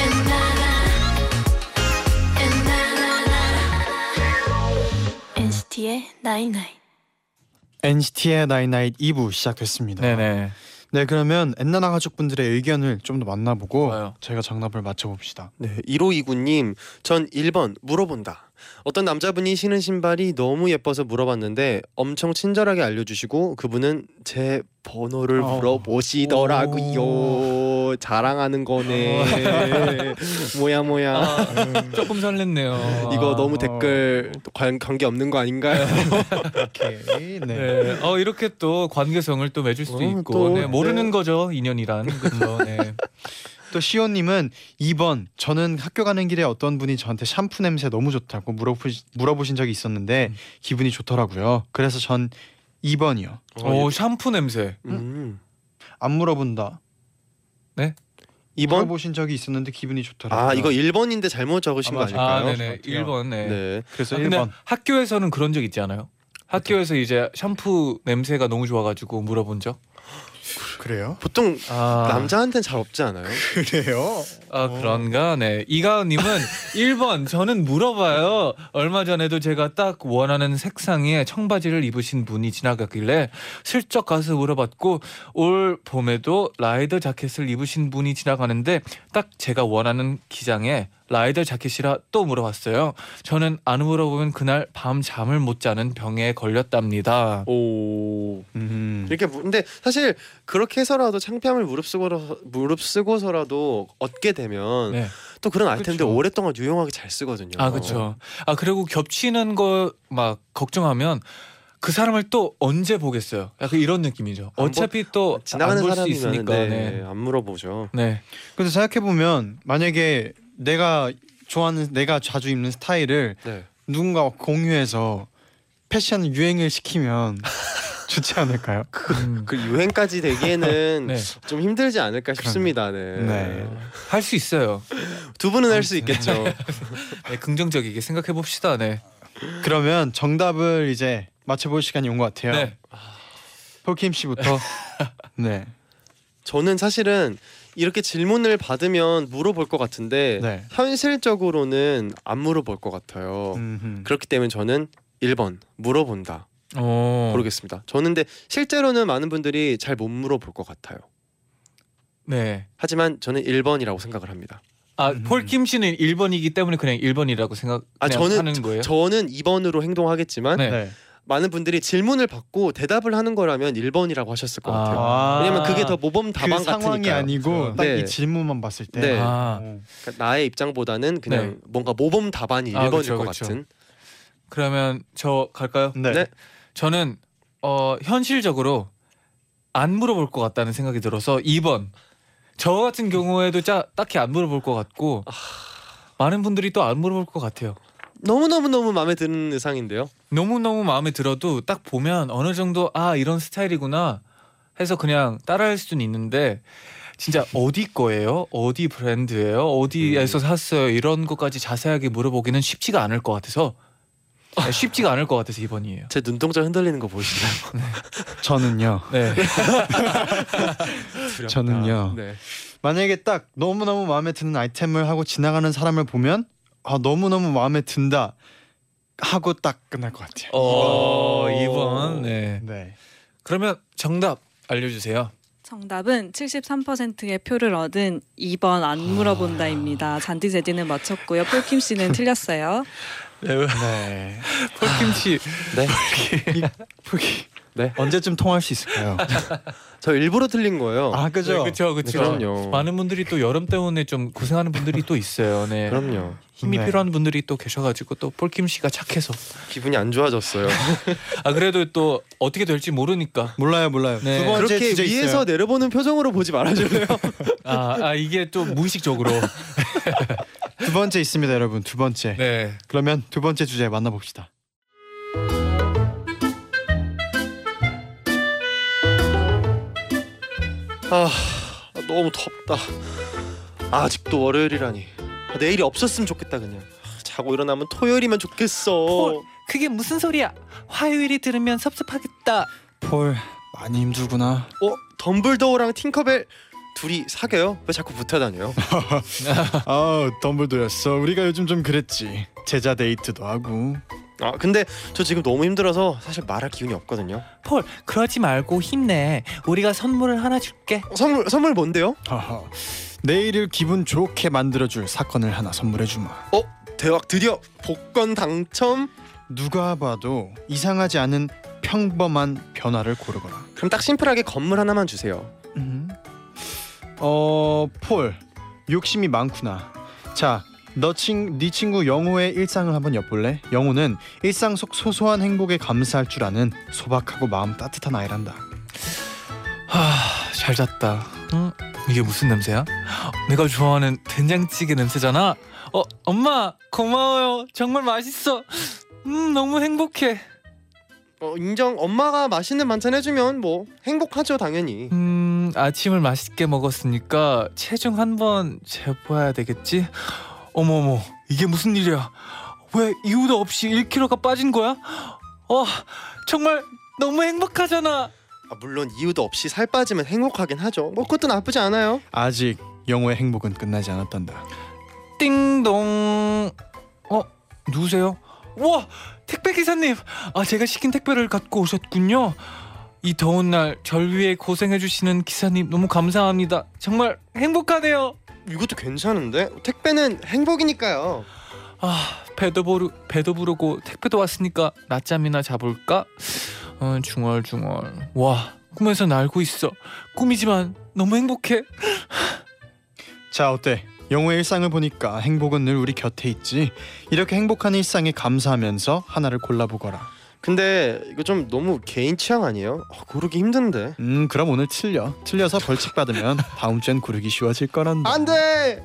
Speaker 4: 엔나나 엔나나나 NCT의 나잇나잇
Speaker 2: NCT의 나인나잇 2부 시작됐습니다.
Speaker 3: 네네.
Speaker 2: 네, 그러면 엔나나 가족분들의 의견을 좀 더 만나보고
Speaker 3: 좋아요.
Speaker 2: 저희가 정답을 맞춰봅시다.
Speaker 6: 네, 1529님, 전 1번 물어본다. 어떤 남자분이 신은 신발이 너무 예뻐서 물어봤는데 엄청 친절하게 알려주시고 그분은 제 번호를
Speaker 2: 어.
Speaker 6: 물어보시더라고요. 자랑하는 거네. 뭐야 뭐야.
Speaker 3: 아, 조금 설렜네요.
Speaker 6: 이거
Speaker 3: 아,
Speaker 6: 너무 댓글 관, 관계 없는 거 아닌가요?
Speaker 2: 오케이. 네.
Speaker 3: 네. 어 이렇게 또 관계성을 또 맺을 수도
Speaker 6: 어,
Speaker 3: 있고
Speaker 6: 또,
Speaker 3: 네, 모르는
Speaker 6: 네.
Speaker 3: 거죠 인연이란 그렇죠. 네.
Speaker 2: 또 시온님은 2번 저는 학교 가는 길에 어떤 분이 저한테 샴푸 냄새 너무 좋다고 물어보시, 물어보신 적이 있었는데
Speaker 3: 음.
Speaker 2: 기분이 좋더라고요. 그래서 전 2번이요.
Speaker 3: 오 샴푸 냄새.
Speaker 6: 어, 예. 음.
Speaker 2: 안 물어본다.
Speaker 3: 뭐
Speaker 6: 2번?
Speaker 2: 물어보신 적이 있었는데 기분이 좋더라고요.
Speaker 6: 아 이거 1번인데 잘못 적으신 거
Speaker 2: 아마
Speaker 6: 아닐까요?
Speaker 3: 아
Speaker 2: 그럴까요?
Speaker 3: 네네.
Speaker 2: 그렇죠.
Speaker 3: 1번 네.
Speaker 6: 네.
Speaker 2: 그래서
Speaker 3: 아, 근데
Speaker 2: 1번.
Speaker 3: 학교에서는 그런 적 있지 않아요? 학교에서 이제 샴푸 냄새가 너무 좋아가지고 물어본 적?
Speaker 2: 그래요?
Speaker 6: 보통
Speaker 3: 아.
Speaker 6: 남자한테는 잘 없지 않아요?
Speaker 2: 그래요?
Speaker 3: 아 그런가 네 이가은님은 1번 저는 물어봐요 얼마 전에도 제가 딱 원하는 색상의 청바지를 입으신 분이 지나가길래 슬쩍 가서 물어봤고 올 봄에도 라이더 자켓을 입으신 분이 지나가는데 딱 제가 원하는 기장에 라이더 자켓이라 또 물어봤어요 저는 안 물어보면 그날 밤 잠을 못 자는 병에 걸렸답니다
Speaker 6: 오.
Speaker 2: 음.
Speaker 6: 이렇게 무- 근데 사실 그렇게 해서라도 창피함을 무릅쓰고 무릅쓰고서라도 얻게 되면
Speaker 3: 네.
Speaker 6: 또 그런 아이템들
Speaker 3: 그쵸.
Speaker 6: 오랫동안 유용하게 잘 쓰거든요.
Speaker 3: 아 그렇죠. 아 그리고 겹치는 거 막 걱정하면 그 사람을 또 언제 보겠어요. 약간 이런 느낌이죠.
Speaker 6: 안
Speaker 3: 어차피 또
Speaker 6: 지나가는
Speaker 3: 안 볼 수
Speaker 6: 사람이면
Speaker 3: 있으니까.
Speaker 6: 네,
Speaker 3: 네.
Speaker 6: 안 물어보죠.
Speaker 3: 네.
Speaker 2: 근데 생각해 보면 만약에 내가 좋아하는 내가 자주 입는 스타일을
Speaker 6: 네.
Speaker 2: 누군가 공유해서 패션 유행을 시키면 좋지 않을까요?
Speaker 3: 음,
Speaker 6: 그 유행까지 되기에는
Speaker 3: 네.
Speaker 6: 좀 힘들지 않을까 싶습니다. 네.
Speaker 2: 네.
Speaker 3: 할수 있어요.
Speaker 6: 두 분은 할 수 있겠죠.
Speaker 3: 네, 긍정적이게 생각해 봅시다. 네.
Speaker 2: 그러면 정답을 이제 맞춰볼 시간이 온 것 같아요.
Speaker 3: 네.
Speaker 2: 폴킴 씨부터. 네.
Speaker 6: 저는 사실은 이렇게 질문을 받으면 물어볼 것 같은데
Speaker 2: 네.
Speaker 6: 현실적으로는 안 물어볼 것 같아요.
Speaker 2: 음흠.
Speaker 6: 그렇기 때문에 저는 1번 물어본다
Speaker 3: 어.
Speaker 6: 모르겠습니다. 저는 근데 실제로는 많은 분들이 잘 못 물어볼 것 같아요.
Speaker 3: 네.
Speaker 6: 하지만 저는 1번이라고 생각을 합니다.
Speaker 3: 아,
Speaker 2: 음.
Speaker 3: 폴킴 씨는 1번이기 때문에 그냥 1번이라고 생각
Speaker 6: 아,
Speaker 3: 그냥
Speaker 6: 저는-
Speaker 3: 하는 거예요?
Speaker 6: 저는 2번으로 행동하겠지만
Speaker 3: 네.
Speaker 2: 네.
Speaker 6: 많은 분들이 질문을 받고 대답을 하는 거라면 1번이라고 하셨을 것 같아요.
Speaker 2: 아.
Speaker 6: 왜냐면 그게 더 모범
Speaker 2: 그
Speaker 6: 답안
Speaker 2: 상황이
Speaker 6: 같으니까.
Speaker 2: 아니고
Speaker 6: 그렇죠.
Speaker 2: 딱 이
Speaker 6: 네.
Speaker 2: 질문만 봤을 때.
Speaker 6: 네.
Speaker 3: 아.
Speaker 2: 오.
Speaker 6: 그러니까 나의 입장보다는 그냥
Speaker 3: 네.
Speaker 6: 뭔가 모범 답안이
Speaker 3: 아,
Speaker 6: 1번일
Speaker 3: 그쵸,
Speaker 6: 것
Speaker 3: 그쵸.
Speaker 6: 같은.
Speaker 3: 그러면 저 갈까요?
Speaker 2: 네.
Speaker 6: 네.
Speaker 3: 저는 어, 현실적으로 안 물어볼 것 같다는 생각이 들어서 2번. 저 같은 경우에도 짜, 딱히 안 물어볼 것 같고 많은 분들이 또 안 물어볼 것 같아요.
Speaker 6: 너무 너무 너무 마음에 드는 의상인데요.
Speaker 3: 너무 너무 마음에 들어도 딱 보면 어느 정도 아 이런 스타일이구나 해서 그냥 따라할 수는 있는데 진짜 어디 거예요? 어디 브랜드예요? 어디에서 샀어요? 이런 것까지 자세하게 물어보기는 쉽지가 않을 것 같아서 네, 쉽지가 않을 것 같아서 이번이에요.
Speaker 6: 제 눈동자 흔들리는 거 보이시나요?
Speaker 2: 저는요.
Speaker 3: 네.
Speaker 2: 저는요.
Speaker 6: 네.
Speaker 2: 만약에 딱 너무 너무 마음에 드는 아이템을 하고 지나가는 사람을 보면 아 너무 너무 마음에 든다 하고 딱 끝날 것 같아요.
Speaker 3: 어,
Speaker 6: 오.
Speaker 3: 2번. 네.
Speaker 2: 네.
Speaker 3: 그러면 정답 알려주세요.
Speaker 7: 정답은 73%의 표를 얻은 2번 안 물어본다입니다. 잔디 제디는 맞췄고요. 폴킴 씨는 틀렸어요.
Speaker 2: 네.
Speaker 3: 폴킴치.
Speaker 6: 네.
Speaker 2: 포기.
Speaker 6: 네.
Speaker 2: 언제쯤 통할 수 있을까요?
Speaker 6: 저 일부러 틀린 거예요.
Speaker 2: 아 그죠.
Speaker 3: 그렇죠, 그렇죠.
Speaker 6: 그럼요.
Speaker 3: 많은 분들이 또 여름 때문에 좀 고생하는 분들이 또 있어요. 네.
Speaker 6: 그럼요.
Speaker 3: 힘이
Speaker 2: 네.
Speaker 3: 필요한 분들이 또 계셔가지고 또 폴킴 씨가 착해서
Speaker 6: 기분이 안 좋아졌어요.
Speaker 3: 아 그래도 또 어떻게 될지 모르니까
Speaker 2: 몰라요 몰라요.
Speaker 3: 네.
Speaker 2: 두 번째
Speaker 6: 그렇게
Speaker 2: 주제
Speaker 6: 위에서
Speaker 2: 있어요.
Speaker 6: 내려보는 표정으로 보지 말아줄래요?
Speaker 3: 아, 아, 이게 또 무의식적으로
Speaker 2: 두 번째 있습니다 여러분 두 번째.
Speaker 3: 네
Speaker 2: 그러면 두 번째 주제 만나봅시다.
Speaker 6: 아 너무 덥다. 아직도 월요일이라니. 아, 내일이 없었으면 좋겠다 그냥. 아, 자고 일어나면 토요일이면 좋겠어.
Speaker 3: 그게 무슨 소리야 화요일이 들으면 섭섭하겠다
Speaker 2: 폴 많이 힘들구나.
Speaker 6: 어 덤블도어랑 팅커벨 둘이 사겨요? 왜 자꾸 붙어 다녀요?
Speaker 2: 아 덤블도였어. 우리가 요즘 좀 그랬지. 제자 데이트도 하고.
Speaker 6: 아 근데 저 지금 너무 힘들어서 사실 말할 기운이 없거든요.
Speaker 3: 폴 그러지 말고 힘내 우리가 선물을 하나 줄게
Speaker 6: 어, 선물 선물 뭔데요?
Speaker 2: 하하. 내일을 기분 좋게 만들어줄 사건을 하나 선물해주마.
Speaker 6: 대박 드디어 복권 당첨.
Speaker 2: 누가 봐도 이상하지 않은 평범한 변화를 고르거라.
Speaker 6: 그럼 딱 심플하게 건물 하나만 주세요.
Speaker 2: 음. 어, 폴 욕심이 많구나. 자, 너친네 친구 영호의 일상을 한번 엿볼래? 영호는 일상 속 소소한 행복에 감사할 줄 아는 소박하고 마음 따뜻한 아이란다.
Speaker 3: 하잘 잤다 응? 이게 무슨 냄새야 내가 좋아하는 된장찌개 냄새잖아 어 엄마 고마워요 정말 맛있어 음 너무 행복해
Speaker 6: 어, 인정 엄마가 맛있는 반찬 해주면 뭐 행복하죠 당연히.
Speaker 3: 음 아침을 맛있게 먹었으니까 체중 한번 재봐야 되겠지? 어머머 이게 무슨 일이야? 왜 이유도 없이 1kg가 빠진 거야? 어 정말 너무 행복하잖아.
Speaker 6: 아, 물론 이유도 없이 살 빠지면 행복하긴 하죠. 뭐 그것도 나쁘지 않아요.
Speaker 2: 아직 영호의 행복은 끝나지 않았단다.
Speaker 3: 띵동. 어 누구세요? 와 택배 기사님. 아 제가 시킨 택배를 갖고 오셨군요. 이 더운 날 절 위해 고생해 주시는 기사님 너무 감사합니다. 정말 행복하네요.
Speaker 6: 이것도 괜찮은데 택배는 행복이니까요.
Speaker 3: 아 배도 부르 배도 부르고 택배도 왔으니까 낮잠이나 자볼까? 어, 중얼중얼. 와 꿈에서 날고 있어. 꿈이지만 너무 행복해.
Speaker 2: 자 어때? 영호의 일상을 보니까 행복은 늘 우리 곁에 있지. 이렇게 행복한 일상에 감사하면서 하나를 골라보거라.
Speaker 6: 근데 이거 좀 너무 개인 취향 아니에요? 아, 고르기 힘든데.
Speaker 2: 음 그럼 오늘 틀려. 틀려서 벌칙 받으면 다음 주엔 고르기 쉬워질 거란다.
Speaker 6: 안돼.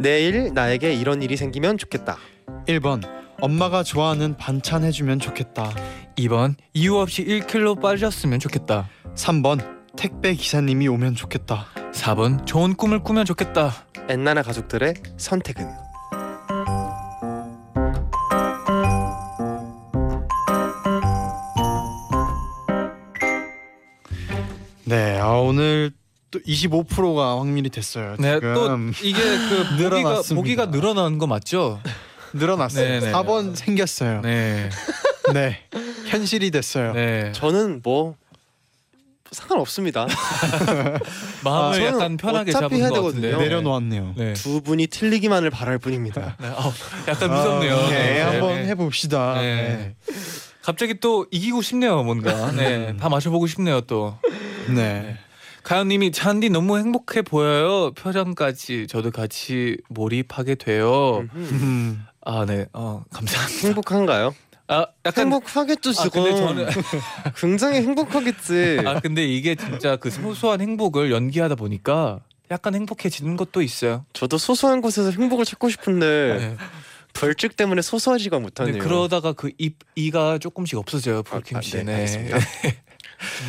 Speaker 6: 내일 나에게 이런 일이 생기면 좋겠다.
Speaker 2: 1번 엄마가 좋아하는 반찬 해주면 좋겠다.
Speaker 3: 2번 이유 없이 1kg 빠졌으면 좋겠다.
Speaker 2: 3번 택배 기사님이 오면 좋겠다.
Speaker 3: 4번 좋은 꿈을 꾸면 좋겠다.
Speaker 6: 엔나나 가족들의 선택은
Speaker 2: 네, 아, 오늘 또 25%가 확률이 됐어요.
Speaker 3: 네, 또
Speaker 2: 지금
Speaker 3: 이게 그 모기가
Speaker 2: 늘어났습니다.
Speaker 3: 모기가 늘어난 거 맞죠? 네,
Speaker 2: 늘어났어요.
Speaker 3: 네.
Speaker 2: 4번 생겼어요. 네.
Speaker 3: 네.
Speaker 2: 현실이 됐어요.
Speaker 3: 네.
Speaker 6: 저는 뭐 상관없습니다.
Speaker 3: 마음을
Speaker 6: 아, 저는
Speaker 3: 약간 편하게
Speaker 6: 어차피 해야
Speaker 3: 잡은 것
Speaker 6: 되거든요.
Speaker 3: 같은데요.
Speaker 2: 내려놓았네요.
Speaker 3: 네.
Speaker 6: 두 분이 틀리기만을 바랄 뿐입니다.
Speaker 3: 네. 어, 약간 무섭네요.
Speaker 2: 아, 네,
Speaker 3: 네,
Speaker 2: 한번
Speaker 3: 네.
Speaker 2: 해봅시다.
Speaker 3: 네.
Speaker 2: 네.
Speaker 3: 갑자기 또 이기고 싶네요, 뭔가. 네. 다 마셔보고 싶네요, 또.
Speaker 2: 네.
Speaker 3: 가연님이 잔디 너무 행복해 보여요. 표정까지 저도 같이 몰입하게 돼요.
Speaker 6: 음,
Speaker 2: 음.
Speaker 3: 아, 네. 어, 감사합니다.
Speaker 6: 행복한가요?
Speaker 3: 아, 약간
Speaker 6: 행복하겠죠
Speaker 3: 아,
Speaker 6: 지금.
Speaker 3: 근데 저는
Speaker 6: 굉장히 행복하겠지.
Speaker 3: 아 근데 이게 진짜 그 소소한 행복을 연기하다 보니까 약간 행복해지는 것도 있어요.
Speaker 6: 저도 소소한 곳에서 행복을 찾고 싶은데
Speaker 3: 네.
Speaker 6: 벌칙 때문에 소소하지가 못하네요.
Speaker 3: 근데 그러다가 그 입 이가 조금씩 없어져요.
Speaker 6: 아,
Speaker 3: 불킴
Speaker 6: 아,
Speaker 3: 씨.
Speaker 6: 네, 알겠습니다.
Speaker 2: 네.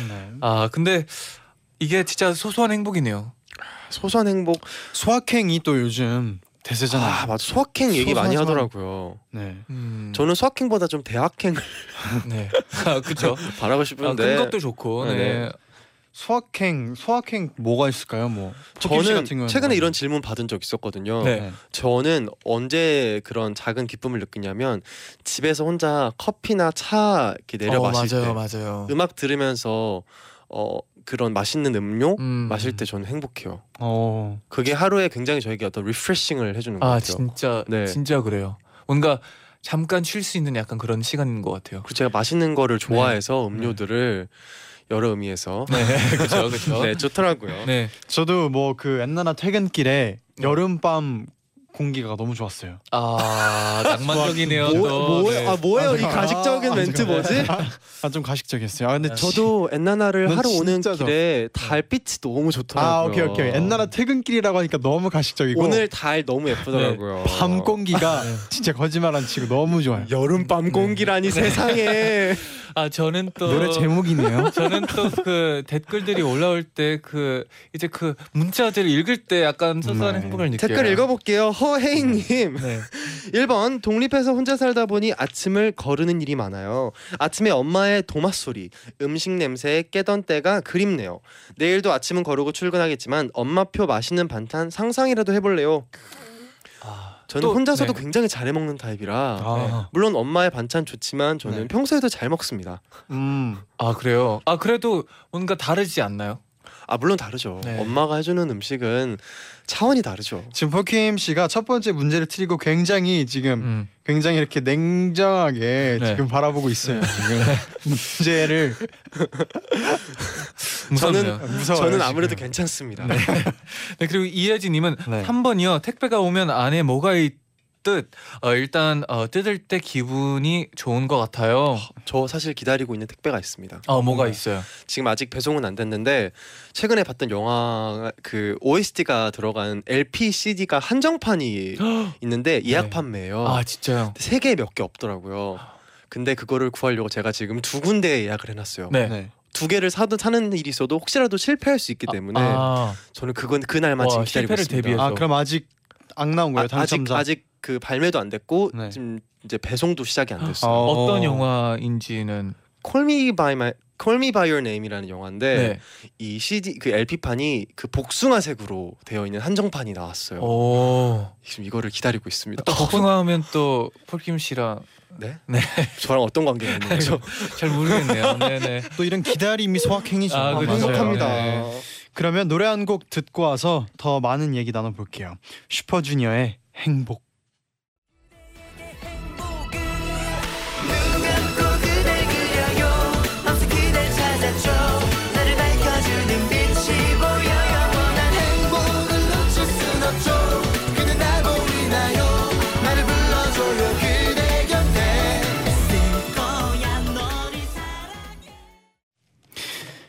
Speaker 3: 아 근데 이게 진짜 소소한 행복이네요.
Speaker 6: 소소한 행복.
Speaker 2: 소확행이 또 요즘 대세잖아요.
Speaker 6: 아 맞아 소확행 얘기 많이
Speaker 2: 소소한-
Speaker 6: 하더라고요.
Speaker 2: 네.
Speaker 3: 음,
Speaker 6: 저는 소확행보다 좀 대학행을
Speaker 3: 네. 아, 그렇죠.
Speaker 6: 바라고
Speaker 3: 아,
Speaker 6: 싶은데
Speaker 3: 큰 것도 좋고. 네.
Speaker 6: 네, 네.
Speaker 2: 소확행, 소확행 뭐가 있을까요? 뭐 포켓 씨 같은
Speaker 6: 저는
Speaker 2: 경우에는
Speaker 6: 최근에 이런 질문 받은 적 있었거든요.
Speaker 3: 뭐. 네.
Speaker 6: 저는 언제 그런 작은 기쁨을 느끼냐면 집에서 혼자 커피나 차 이렇게 내려
Speaker 3: 어,
Speaker 6: 마실
Speaker 3: 맞아요,
Speaker 6: 때
Speaker 3: 맞아요.
Speaker 6: 음악 들으면서 어 그런 맛있는 음료
Speaker 3: 음.
Speaker 6: 마실 때 저는 행복해요.
Speaker 2: 어.
Speaker 6: 그게 하루에 굉장히 저에게 어떤 리프레싱을 해주는 것
Speaker 3: 아
Speaker 6: 같아요.
Speaker 3: 진짜
Speaker 6: 네.
Speaker 3: 진짜 그래요. 뭔가 잠깐 쉴 수 있는 약간 그런 시간인 것 같아요.
Speaker 6: 그리고 제가 맛있는 거를 좋아해서 음료들을 여러 의미에서
Speaker 3: 네, 그렇죠, 그렇죠.
Speaker 6: 네 좋더라고요.
Speaker 3: 네.
Speaker 2: 저도 뭐 그 옛날에 퇴근길에 여름밤 공기가 너무 좋았어요.
Speaker 3: 아 낭만적이네요.
Speaker 6: 뭐,
Speaker 3: 또.
Speaker 6: 뭐,
Speaker 3: 네.
Speaker 6: 아 뭐예요 이
Speaker 2: 아,
Speaker 6: 가식적인
Speaker 2: 아,
Speaker 6: 멘트 뭐지?
Speaker 2: 아 좀 가식적이었어요. 아 근데 저도
Speaker 6: 저도 엔나나를
Speaker 2: 넌
Speaker 6: 하러 오는
Speaker 3: 네.
Speaker 2: 진짜죠.
Speaker 6: 길에 달빛이 너무 좋더라고요.
Speaker 2: 아 오케이
Speaker 6: 어.
Speaker 2: 오케이 옛날에 퇴근길이라고 하니까 너무 가식적이고
Speaker 6: 오늘 달 너무 예쁘더라고요.
Speaker 2: 밤 공기가 진짜 거짓말 안 치고 너무 좋아요.
Speaker 6: 여름 밤 공기라니 세상에.
Speaker 3: 아 저는 또
Speaker 2: 노래 제목이네요.
Speaker 3: 저는 또 그 댓글들이 올라올 때 그 이제 그 문자들을 읽을 때 약간 소소한
Speaker 2: 네.
Speaker 3: 행복을 느껴요.
Speaker 6: 댓글 읽어볼게요. 허혜인님.
Speaker 3: 네.
Speaker 6: 1번 독립해서 혼자 살다 보니 아침을 거르는 일이 많아요. 아침에 엄마의 도마 소리, 음식 냄새에 깨던 때가 그립네요. 내일도 아침은 거르고 출근하겠지만 엄마표 맛있는 반찬 상상이라도 해볼래요.
Speaker 3: 아,
Speaker 6: 저는
Speaker 3: 또,
Speaker 6: 혼자서도
Speaker 3: 네.
Speaker 6: 굉장히 잘해 먹는 타입이라
Speaker 2: 아,
Speaker 6: 물론 엄마의 반찬 좋지만 저는
Speaker 2: 네.
Speaker 6: 평소에도 잘 먹습니다.
Speaker 2: 음,
Speaker 3: 아 그래요. 아 그래도 뭔가 다르지 않나요?
Speaker 6: 아 물론 다르죠.
Speaker 3: 네.
Speaker 6: 엄마가 해주는 음식은 차원이 다르죠.
Speaker 2: 지금 퍼킴 씨가 첫 번째 문제를 틀리고 굉장히 지금
Speaker 3: 음.
Speaker 2: 굉장히 이렇게 냉정하게
Speaker 3: 네.
Speaker 2: 지금 바라보고 있어요. 지금 문제를
Speaker 3: 무섭네요.
Speaker 6: 저는
Speaker 2: 무서워요.
Speaker 6: 저는
Speaker 2: 지금.
Speaker 6: 아무래도 괜찮습니다.
Speaker 3: 네, 그리고 이혜진님은
Speaker 2: 네.
Speaker 3: 3번이요. 택배가 오면 안에 뭐가 있듯 어, 일단 어, 뜯을 때 기분이 좋은 것 같아요.
Speaker 6: 저 사실 기다리고 있는 택배가 있습니다.
Speaker 3: 어 뭐가 있어요?
Speaker 6: 지금 아직 배송은 안 됐는데 최근에 봤던 영화 그 OST가 들어간 LP CD가 한정판이 있는데 예약
Speaker 3: 네.
Speaker 6: 판매예요.
Speaker 3: 아 진짜요?
Speaker 6: 세 개 몇 개 없더라고요. 근데 그거를 구하려고 제가 지금 두 군데 예약을 해놨어요.
Speaker 3: 네.
Speaker 2: 네.
Speaker 6: 두 개를 사도 사는 일이 있어도 혹시라도 실패할 수 있기 때문에
Speaker 3: 아,
Speaker 6: 저는 그건 그날만
Speaker 3: 와,
Speaker 6: 지금 기다리고
Speaker 3: 실패를
Speaker 6: 있습니다.
Speaker 3: 대비해서.
Speaker 2: 아 그럼 아직 안 나온 거예요
Speaker 6: 아, 직
Speaker 2: 뭐 당첨자.
Speaker 6: 아직 그 발매도 안 됐고
Speaker 2: 네.
Speaker 6: 지금 이제 배송도 시작이
Speaker 3: 아.
Speaker 6: 안 됐어요.
Speaker 2: 어.
Speaker 3: 어떤 영화인지는
Speaker 6: 콜미 바이 마이 콜미 바이 어 네임이라는 영화인데
Speaker 3: 네.
Speaker 6: 이 CD 그 LP판이 그 복숭아색으로 되어 있는 한정판이 나왔어요.
Speaker 3: 오.
Speaker 6: 지금 이거를 기다리고 있습니다.
Speaker 3: 또 복숭아하면 또 폴킴 씨랑
Speaker 6: 네?
Speaker 3: 네.
Speaker 6: 저랑 어떤 관계가 있는 거죠?
Speaker 3: 잘 모르겠네요. 네네.
Speaker 2: 또 이런 기다림이 소확행이죠.
Speaker 3: 아, 그렇죠.
Speaker 2: 맞아요.
Speaker 6: 행복합니다.
Speaker 3: 네.
Speaker 2: 그러면 노래 한 곡 듣고 와서 더 많은 얘기 나눠볼게요. 슈퍼주니어의 행복.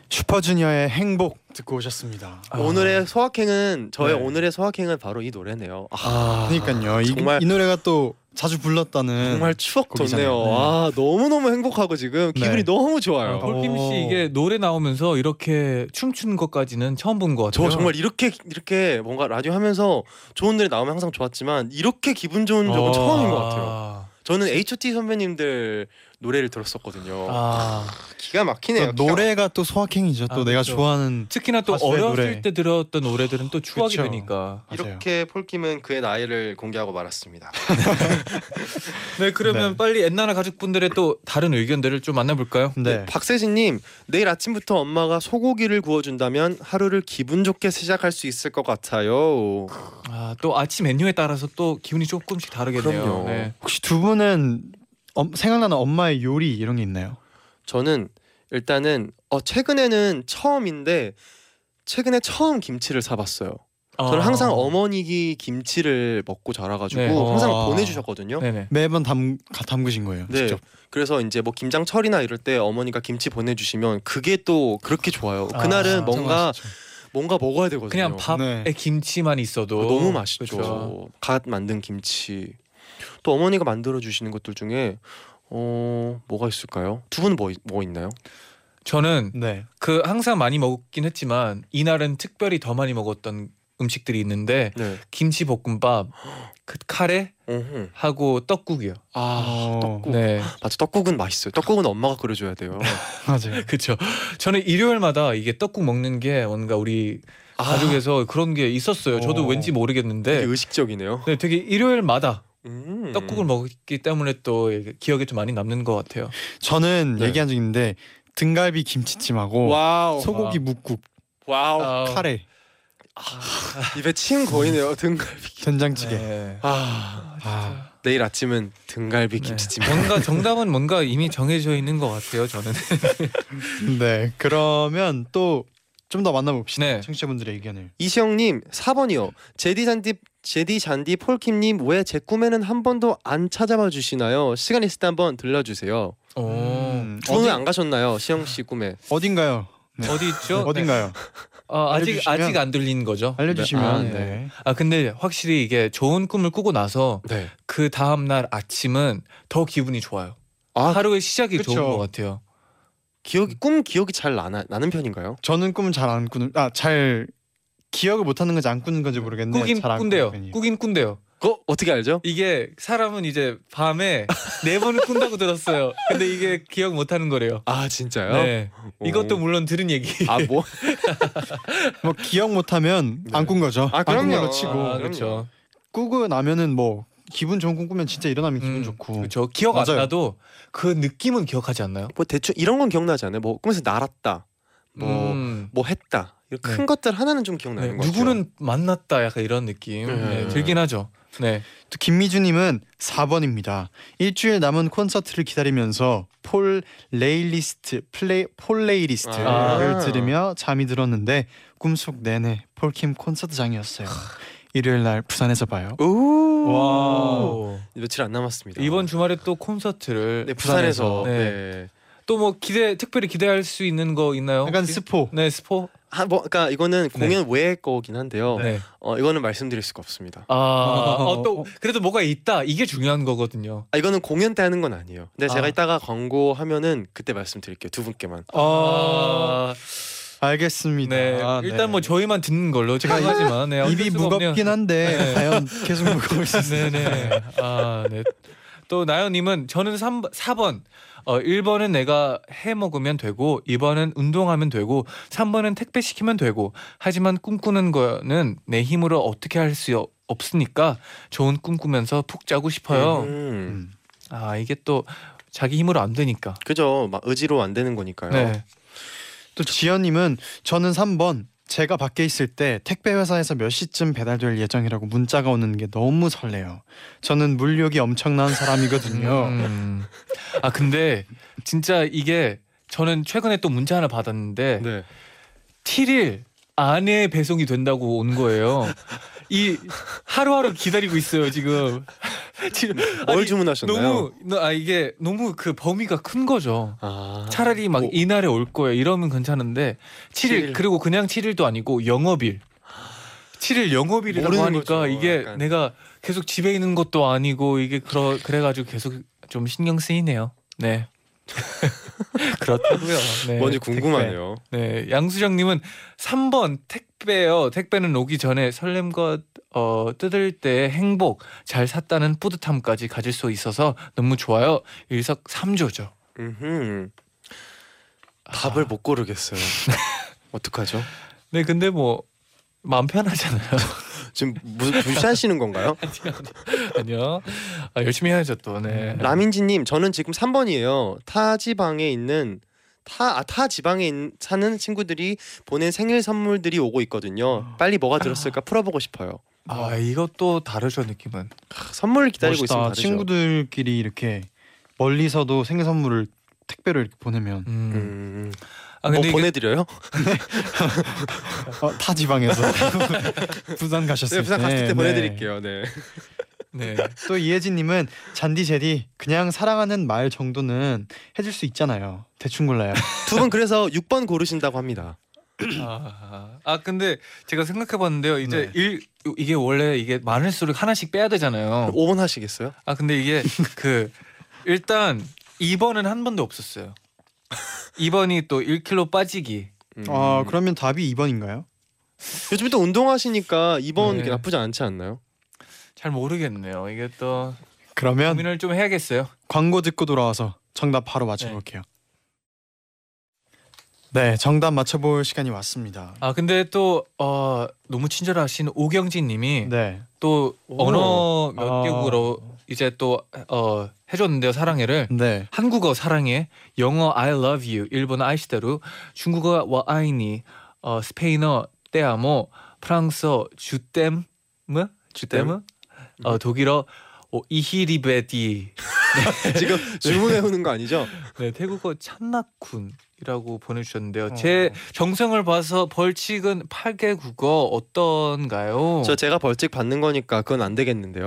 Speaker 2: 슈퍼주니어의 행복 듣고 오셨습니다.
Speaker 3: 아.
Speaker 6: 오늘의 소확행은 저의
Speaker 2: 네.
Speaker 6: 오늘의 소확행은 바로 이 노래네요. 아,
Speaker 3: 아,
Speaker 2: 그러니까요. 이,
Speaker 6: 정말-
Speaker 2: 이 노래가 또 자주 불렀다는
Speaker 6: 정말 추억
Speaker 2: 곡이잖아요.
Speaker 6: 돋네요.
Speaker 2: 네.
Speaker 6: 아 너무 너무 행복하고 지금 기분이
Speaker 2: 네.
Speaker 6: 너무 좋아요.
Speaker 2: 아,
Speaker 3: 폴킴
Speaker 2: 오.
Speaker 3: 씨 이게 노래 나오면서 이렇게 춤춘 것까지는 처음 본 것
Speaker 6: 저
Speaker 3: 같아요.
Speaker 6: 정말 이렇게 이렇게 뭔가 라디오 하면서 좋은 노래 나오면 항상 좋았지만 이렇게 기분 좋은 적은
Speaker 3: 아.
Speaker 6: 처음인 것 같아요. 저는 H.O.T 선배님들 노래를 들었었거든요.
Speaker 3: 아
Speaker 6: 기가 막히네요.
Speaker 2: 또 노래가 또 소확행이죠. 또
Speaker 3: 아,
Speaker 2: 내가
Speaker 3: 그렇죠.
Speaker 2: 좋아하는
Speaker 3: 특히나 또
Speaker 2: 가수의
Speaker 3: 어렸을
Speaker 2: 노래.
Speaker 3: 때 들었던 노래들은 또 추억이
Speaker 2: 그쵸.
Speaker 3: 되니까.
Speaker 6: 기가- 이렇게 폴킴은 그의 나이를 공개하고 말았습니다.
Speaker 3: 네 그러면
Speaker 2: 네.
Speaker 3: 빨리 엔나나 가족분들의 또 다른 의견들을 좀 만나볼까요?
Speaker 2: 네.
Speaker 6: 박세진님 내일 아침부터 엄마가 소고기를 구워준다면 하루를 기분 좋게 시작할 수 있을 것 같아요.
Speaker 3: 아또 아침 메뉴에 따라서 또 기분이 조금씩 다르겠네요.
Speaker 6: 그럼요.
Speaker 3: 네.
Speaker 2: 혹시 두 분은 엄- 생각나는 엄마의 요리 이런 게 있나요?
Speaker 6: 저는 일단은 어, 최근에는 처음인데 최근에 처음 김치를 사봤어요. 저는
Speaker 3: 아.
Speaker 6: 항상 어머니기 김치를 먹고 자라가지고
Speaker 3: 네.
Speaker 6: 항상
Speaker 3: 어.
Speaker 6: 보내주셨거든요.
Speaker 3: 네네.
Speaker 2: 매번 담 가- 담그신 거예요.
Speaker 6: 네.
Speaker 2: 직접.
Speaker 6: 그래서 이제 뭐 김장철이나 이럴 때 어머니가 김치 보내주시면 그게 또 그렇게 좋아요.
Speaker 3: 아,
Speaker 6: 그날은
Speaker 3: 진짜
Speaker 6: 뭔가
Speaker 2: 맛있죠.
Speaker 6: 뭔가 먹어야 되거든요. 아,
Speaker 3: 그냥 밥에
Speaker 2: 네.
Speaker 3: 김치만 있어도 그렇죠.
Speaker 6: 너무 맛있죠.
Speaker 3: 그쵸.
Speaker 6: 갓 만든 김치. 또 어머니가 만들어 주시는 것들 중에 어 뭐가 있을까요? 두 분은 뭐, 있- 뭐 있나요?
Speaker 3: 저는
Speaker 2: 네.
Speaker 3: 그 항상 많이 먹긴 했지만 이날은 특별히 더 많이 먹었던 음식들이 있는데
Speaker 6: 네.
Speaker 3: 김치 볶음밥, 그 카레
Speaker 6: 어허.
Speaker 3: 하고 떡국이요.
Speaker 6: 아
Speaker 2: 어,
Speaker 6: 떡국.
Speaker 3: 네,
Speaker 6: 맞죠. 떡국은 맛있어요. 떡국은 엄마가 끓여줘야 돼요.
Speaker 2: 맞아요.
Speaker 3: 그렇죠. 저는 일요일마다 이게 떡국 먹는 게 뭔가 우리
Speaker 6: 아,
Speaker 3: 가족에서 그런 게 있었어요. 저도
Speaker 2: 어.
Speaker 3: 왠지
Speaker 6: 되게
Speaker 3: 모르겠는데,
Speaker 6: 의식적이네요.
Speaker 3: 네, 되게 일요일마다
Speaker 6: 음.
Speaker 3: 떡국을 먹기 때문에 또 이게 기억에 좀 많이 남는 것 같아요.
Speaker 2: 저는
Speaker 6: 네.
Speaker 2: 얘기한 적 있는데 등갈비 김치찜하고
Speaker 6: 와우.
Speaker 2: 소고기 묵국,
Speaker 6: 와우.
Speaker 3: 아,
Speaker 2: 카레,
Speaker 6: 입에 침 고이네요. 등갈비.
Speaker 2: 된장찌개.
Speaker 3: 네.
Speaker 6: 아
Speaker 2: 아,
Speaker 6: 내일 아침은 등갈비
Speaker 3: 네.
Speaker 6: 김치찜.
Speaker 3: 뭔가 정답은 뭔가 이미 정해져 있는 것 같아요. 저는.
Speaker 2: 네. 그러면 또 좀 더 만나봅시다.
Speaker 3: 네.
Speaker 2: 청취자분들의 의견을.
Speaker 6: 이시영님 4번이요. 제디 잔디 제디 잔디 폴킴님 왜 제 꿈에는 한 번도 안 찾아봐 주시나요? 시간 있을 때 한번 들려주세요.
Speaker 3: 어.
Speaker 2: 음,
Speaker 6: 저는
Speaker 2: 어디
Speaker 6: 안 가셨나요, 시영 씨 꿈에?
Speaker 2: 어딘가요? 네.
Speaker 3: 어디 있죠? 네.
Speaker 2: 어딘가요?
Speaker 3: 아, 아직
Speaker 2: 알려주시면-
Speaker 3: 아직 안 들린 거죠?
Speaker 2: 알려주시면.
Speaker 3: 네. 아, 네.
Speaker 2: 네.
Speaker 3: 아 근데 확실히 이게 좋은 꿈을 꾸고 나서
Speaker 6: 네.
Speaker 3: 그 다음 날 아침은 더 기분이 좋아요.
Speaker 6: 아
Speaker 3: 하루의 시작이
Speaker 2: 그쵸.
Speaker 3: 좋은 것 같아요.
Speaker 6: 기억이 꿈 기억이 잘 나나, 나는 편인가요?
Speaker 2: 저는 꿈은 잘 안 꾸는 아 잘 기억을 못 하는 건지 안 꾸는 건지 모르겠는데
Speaker 3: 꾸긴
Speaker 2: 네, 잘안
Speaker 3: 꾼대요.
Speaker 2: 꾸는 편이에요.
Speaker 3: 꾸긴 꾼대요.
Speaker 6: 그거 어떻게 알죠?
Speaker 3: 이게 사람은 이제 밤에 네 번을 꾼다고 들었어요. 근데 이게 기억 못 하는 거래요.
Speaker 6: 아 진짜요?
Speaker 3: 네.
Speaker 6: 오.
Speaker 3: 이것도 물론 들은 얘기.
Speaker 6: 아 뭐?
Speaker 2: 뭐 기억 못 하면
Speaker 6: 네.
Speaker 2: 안 꾼 거죠.
Speaker 6: 아,
Speaker 2: 안
Speaker 6: 그럼요.
Speaker 2: 꾼 걸로 치고
Speaker 3: 아,
Speaker 6: 그럼요.
Speaker 3: 그렇죠.
Speaker 2: 꾸고 나면은 뭐 기분 좋은 꿈 꾸면 진짜 일어나면 기분
Speaker 3: 음,
Speaker 2: 좋고.
Speaker 3: 그렇죠. 기억 안
Speaker 2: 맞아요.
Speaker 3: 나도 그 느낌은 기억하지 않나요?
Speaker 6: 뭐 대충 이런 건 기억나지 않아요? 뭐 꿈에서 날았다, 뭐-
Speaker 3: 음.
Speaker 6: 뭐 했다 이런
Speaker 3: 네.
Speaker 6: 큰 것들 하나는 좀 기억나는
Speaker 3: 네,
Speaker 6: 것 같아요.
Speaker 3: 누구는 만났다 약간 이런 느낌
Speaker 6: 네.
Speaker 3: 네, 들긴 하죠. 네.
Speaker 2: 또 김미주님은 4번입니다. 일주일 남은 콘서트를 기다리면서 폴 레일리스트 플레이 폴 레이리스트를
Speaker 6: 아.
Speaker 2: 들으며 잠이 들었는데 꿈속 내내 폴킴 콘서트장이었어요. 일요일 날 부산에서 봐요.
Speaker 6: 오.
Speaker 3: 와우.
Speaker 6: 며칠 안 남았습니다.
Speaker 3: 이번 주말에 또 콘서트를
Speaker 6: 네, 부산에서.
Speaker 3: 부산에서. 네. 또 뭐 기대 특별히 기대할 수 있는 거 있나요?
Speaker 2: 약간
Speaker 3: 혹시?
Speaker 2: 스포.
Speaker 3: 네 스포.
Speaker 6: 아, 뭐, 그러니까 이거는
Speaker 3: 네.
Speaker 6: 공연 외의 거긴 한데요.
Speaker 3: 네.
Speaker 6: 어, 이거는 말씀드릴 수가 없습니다.
Speaker 3: 아또 그래도 뭐가 있다 이게 중요한 거거든요.
Speaker 6: 아, 이거는 공연 때 하는 건 아니에요. 근데 제가
Speaker 3: 아.
Speaker 6: 이따가 광고 하면은 그때 말씀드릴게요. 두 분께만.
Speaker 2: 어,
Speaker 3: 아,
Speaker 2: 알겠습니다.
Speaker 3: 네.
Speaker 2: 아,
Speaker 3: 일단 뭐 저희만 듣는 걸로
Speaker 2: 제가
Speaker 3: 생각하지만 네, 어쩔
Speaker 2: 입이
Speaker 3: 수가 없네요.
Speaker 2: 무겁긴 한데
Speaker 3: 네.
Speaker 2: 과연 계속 무거울 수 있어요.
Speaker 3: 네네. 아, 네. 또 나연님은 저는 3, 4번. 어, 1번은 내가 해 먹으면 되고, 2번은 운동하면 되고, 3번은 택배 시키면 되고, 하지만 꿈꾸는 거는 내 힘으로 어떻게 할 수 없으니까 좋은 꿈 꾸면서 푹 자고 싶어요.
Speaker 6: 음.
Speaker 2: 음.
Speaker 3: 아, 이게 또 자기 힘으로 안 되니까.
Speaker 6: 그죠. 막 의지로 안 되는 거니까요.
Speaker 3: 네.
Speaker 2: 또 지연님은 저는 3번 제가 밖에 있을 때 택배 회사에서 몇 시쯤 배달될 예정이라고 문자가 오는 게 너무 설레요. 저는 물욕이 엄청난 사람이거든요.
Speaker 3: 음. 아, 근데 진짜 이게 저는 최근에 또 문자 하나 받았는데,
Speaker 6: 네.
Speaker 3: 7일 안에 배송이 된다고 온 거예요. 이 하루하루 기다리고 있어요 지금. 지금
Speaker 6: 뭘
Speaker 3: 아니,
Speaker 6: 주문하셨나요?
Speaker 3: 너무 너- 아 이게 너무 그 범위가 큰 거죠.
Speaker 6: 아.
Speaker 3: 차라리 막
Speaker 6: 오.
Speaker 3: 이날에 올 거예요 이러면 괜찮은데 7일,
Speaker 6: 칠일.
Speaker 3: 그리고 그냥 7일도 아니고 영업일. 7일 영업일이라고
Speaker 6: 모르는
Speaker 3: 하니까
Speaker 6: 거죠,
Speaker 3: 이게
Speaker 6: 약간.
Speaker 3: 내가 계속 집에 있는 것도 아니고 이게 그러 그래가지고 계속 좀 신경 쓰이네요. 네. 그렇다고요. 네.
Speaker 6: 뭔지 궁금하네요.
Speaker 3: 네, 양수정님은 3번 택배요. 택배는 오기 전에 설렘과 어, 뜯을 때의 행복, 잘 샀다는 뿌듯함까지 가질 수 있어서 너무 좋아요. 일석 삼조죠
Speaker 6: 음흠.
Speaker 3: 아.
Speaker 6: 답을 못 고르겠어요. 어떡하죠?
Speaker 3: 네, 근데 뭐 마음 편하잖아요.
Speaker 6: 지금 무슨 무시하시는 건가요?
Speaker 3: 아니요. 아, 열심히 해야죠 또. 네.
Speaker 6: 라민지님 저는 지금 3번이에요. 타 지방에 있는 타, 아, 타 지방에 있- 사는 친구들이 보낸 생일 선물들이 오고 있거든요. 빨리 뭐가 들었을까 풀어보고 싶어요.
Speaker 3: 아, 이것도 다르죠 느낌은.
Speaker 6: 크, 선물 기다리고 있으면
Speaker 2: 멋있다.
Speaker 6: 다르죠.
Speaker 2: 친구들끼리 이렇게 멀리서도 생일 선물을 택배로 이렇게 보내면
Speaker 3: 음.
Speaker 6: 음,
Speaker 3: 아
Speaker 6: 뭐
Speaker 3: 근데 이게
Speaker 6: 보내드려요?
Speaker 2: 어, 타 지방에서 부산 가셨을
Speaker 6: 네, 부산 갔을 때
Speaker 2: 네.
Speaker 6: 보내드릴게요. 네.
Speaker 3: 네.
Speaker 2: 또 이예진님은 잔디 제디 그냥 사랑하는 말 정도는 해줄 수 있잖아요. 대충 골라요.
Speaker 6: 두 분 그래서 6번 고르신다고 합니다.
Speaker 3: 아, 아 근데 제가 생각해 봤는데요. 이제
Speaker 2: 네.
Speaker 3: 일 이게 원래 이게 많을수록 하나씩 빼야 되잖아요.
Speaker 6: 5번 하시겠어요?
Speaker 3: 아 근데 이게 그 일단 2번은 한 번도 없었어요. 2번이 또 1kg 빠지기.
Speaker 6: 음.
Speaker 2: 아 그러면 답이 2번인가요?
Speaker 6: 요즘에 또 운동하시니까 2번
Speaker 3: 네.
Speaker 6: 이게 나쁘지 않지 않나요?
Speaker 3: 잘 모르겠네요. 이게 또
Speaker 2: 그러면
Speaker 3: 고민을 좀 해야겠어요.
Speaker 2: 광고 듣고 돌아와서 정답 바로 맞춰볼게요. 네, 정답 맞춰볼 시간이 왔습니다.
Speaker 3: 아 근데 또 어, 너무 친절하신 오경진님이
Speaker 2: 네,
Speaker 3: 또
Speaker 6: 오.
Speaker 3: 언어
Speaker 2: 아.
Speaker 3: 몇 개국으로 이제 또 어, 해줬는데요 사랑해를
Speaker 2: 네,
Speaker 3: 한국어 사랑해 영어 I love you 일본어 아이시대루 중국어 와 아이니 어, 스페인어 때아모 프랑스어 주땜 뭐 주땜 어, 독일어 오, 이히리베디
Speaker 6: 지금 주문 해오는 거 아니죠?
Speaker 3: 네, 태국어 찬나쿤이라고 보내주셨는데요. 제 정성을 봐서 벌칙은 8개 국어 어떤가요?
Speaker 6: 저 제가 벌칙 받는 거니까 그건 안 되겠는데요.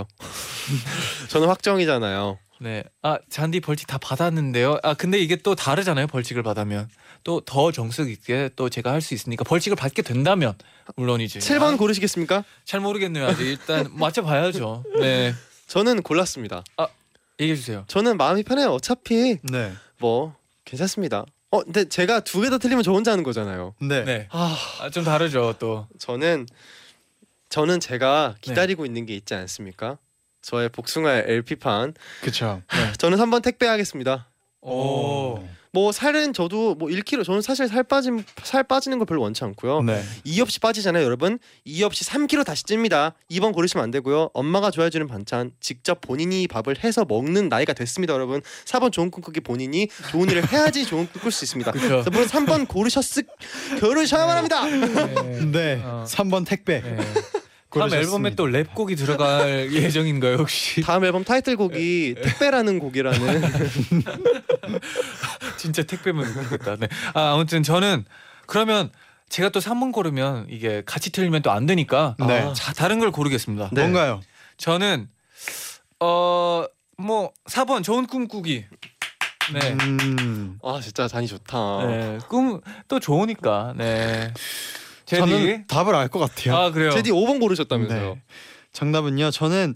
Speaker 6: 저는 확정이잖아요.
Speaker 3: 네, 아 잔디 벌칙 다 받았는데요. 아 근데 이게 또 다르잖아요. 벌칙을 받으면 또 더 정석 있게 또 제가 할 수 있으니까 벌칙을 받게 된다면 물론이지.
Speaker 6: 7번
Speaker 3: 아,
Speaker 6: 고르시겠습니까?
Speaker 3: 잘 모르겠네요. 아직 일단 맞춰봐야죠. 네,
Speaker 6: 저는 골랐습니다.
Speaker 3: 얘기해 주세요.
Speaker 6: 저는 마음이 편해요. 어차피
Speaker 2: 네,
Speaker 6: 뭐 괜찮습니다. 어, 근데 제가 두 개 다 틀리면 저 혼자 하는 거잖아요.
Speaker 2: 네.
Speaker 3: 네,
Speaker 6: 아,
Speaker 3: 아, 좀 다르죠 또.
Speaker 6: 저는 저는 제가
Speaker 3: 네.
Speaker 6: 기다리고 있는 게 있지 않습니까? 저의 복숭아의 LP판.
Speaker 2: 그쵸.
Speaker 6: 저는 3번 택배하겠습니다.
Speaker 3: 오,
Speaker 6: 뭐 살은 저도 뭐 1kg 저는 사실 살 빠진 살 빠지는 걸 별로 원치 않고요.
Speaker 2: 네,
Speaker 6: 이 없이 빠지잖아요, 여러분. 이 없이 3kg 다시 찝니다. 2번 고르시면 안 되고요. 엄마가 좋아해 주는 반찬 직접 본인이 밥을 해서 먹는 나이가 됐습니다, 여러분. 4번 좋은 꿈 꾸기 본인이 좋은 일을 해야지 좋은 꿈 꿀 수 있습니다.
Speaker 3: 그렇죠.
Speaker 6: 그래서 물론 3번 고르셨을 고르셔야만 합니다.
Speaker 3: 네.
Speaker 2: 네.
Speaker 3: 어.
Speaker 2: 3번 택배.
Speaker 3: 네. 다음
Speaker 2: 고르셨습니다.
Speaker 3: 앨범에 또 랩곡이 들어갈 예정인가요 혹시?
Speaker 6: 다음 앨범
Speaker 3: 네.
Speaker 6: 타이틀곡이 택배라는 곡이라는
Speaker 3: 진짜 택배면 그렇겠다. 네. 아, 아무튼 저는 그러면 제가 또 3번 고르면 이게 같이 틀리면 또 안 되니까
Speaker 2: 네.
Speaker 3: 아, 자, 다른 걸 고르겠습니다.
Speaker 6: 네.
Speaker 2: 뭔가요?
Speaker 3: 저는 어, 뭐 4번 좋은 꿈 꾸기. 네.
Speaker 2: 음,
Speaker 6: 아, 진짜 잔이 좋다.
Speaker 3: 네. 꿈 또 좋으니까. 네. 제디.
Speaker 2: 저는 답을 알 것 같아요.
Speaker 3: 아, 그래요.
Speaker 6: 제디 5번 고르셨다면서요.
Speaker 2: 네. 정답은요. 저는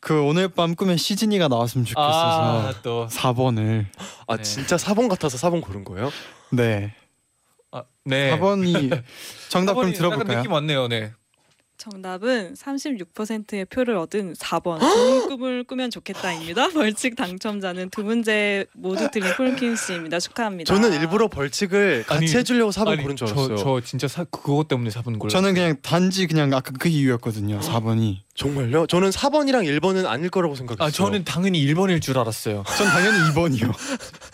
Speaker 2: 그 오늘 밤 꿈에 시즈니가 나왔으면
Speaker 3: 아,
Speaker 2: 좋겠어서
Speaker 3: 또.
Speaker 2: 4번을
Speaker 6: 아,
Speaker 3: 네.
Speaker 6: 진짜 4번 같아서 4번 고른 거예요?
Speaker 2: 네,
Speaker 3: 아, 네.
Speaker 2: 4번이 정답
Speaker 3: 사번이 약간
Speaker 2: 그럼 들어볼까요?
Speaker 3: 느낌 왔네요. 네.
Speaker 7: 정답은 36%의 표를 얻은 4번 좋은 꿈을 꾸면 좋겠다입니다. 벌칙 당첨자는 두 문제 모두 틀린 폴킨 씨입니다. 축하합니다.
Speaker 6: 저는 일부러 벌칙을 같이
Speaker 3: 아니,
Speaker 6: 해 주려고 4번
Speaker 3: 아니,
Speaker 6: 고른 줄
Speaker 3: 저-
Speaker 6: 알았어요.
Speaker 3: 저, 진짜 사, 그것 때문에 4번 골랐어요.
Speaker 2: 저는 그냥 단지 그냥 아까 그 이유였거든요. 4번이.
Speaker 6: 정말요? 저는 4번이랑 1번은 아닐 거라고 생각했어요.
Speaker 3: 아, 저는 당연히 1번일 줄 알았어요.
Speaker 2: 전 당연히 2번이요.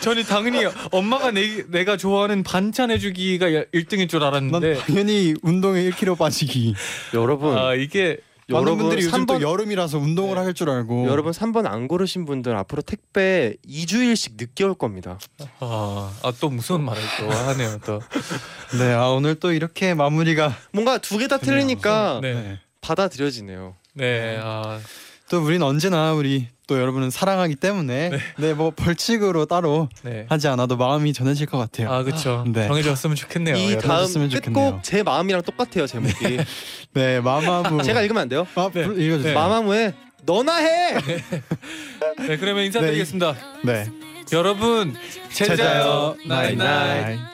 Speaker 3: 저는 당연히 엄마가 내, 내가 좋아하는 반찬 해주기가 1등일 줄
Speaker 2: 난
Speaker 3: 알았는데
Speaker 2: 당연히 운동에 1kg 빠지기.
Speaker 6: 여러분
Speaker 3: 아 이게
Speaker 2: 많은 분들이 어. 요즘
Speaker 6: 3번
Speaker 2: 또 여름이라서 운동을
Speaker 3: 네.
Speaker 2: 할 줄 알고.
Speaker 6: 여러분 3번 안 고르신 분들 앞으로 택배 2주일씩 늦게 올 겁니다.
Speaker 3: 아, 아, 또 무서운 말을 또 하네요 또
Speaker 2: 네, 아 오늘 또 이렇게 마무리가
Speaker 6: 뭔가 두 개 다
Speaker 2: 그래요.
Speaker 6: 틀리니까
Speaker 3: 네.
Speaker 2: 네.
Speaker 6: 받아들여지네요.
Speaker 3: 네. 아,
Speaker 2: 또 우린 언제나 우리 또 여러분은 사랑하기 때문에 네, 뭐 벌칙으로 따로
Speaker 3: 네.
Speaker 2: 하지 않아도 마음이 전해질 것 같아요.
Speaker 3: 아, 그렇죠.
Speaker 2: 네.
Speaker 3: 정해졌으면 좋겠네요. 예.
Speaker 6: 이
Speaker 3: 여러분.
Speaker 6: 다음
Speaker 2: 해줬으면 좋겠네요.
Speaker 6: 끝곡 제 마음이랑 똑같아요 제목이.
Speaker 2: 네, 마마무.
Speaker 6: 제가 읽으면 안 돼요?
Speaker 2: 아, 불-
Speaker 3: 네.
Speaker 2: 읽어주세요.
Speaker 6: 마마무의 너나 해.
Speaker 3: 네, 그러면 인사드리겠습니다.
Speaker 2: 네.
Speaker 3: 여러분 제자요. 나이
Speaker 2: 나이
Speaker 3: 나이.
Speaker 2: 나이.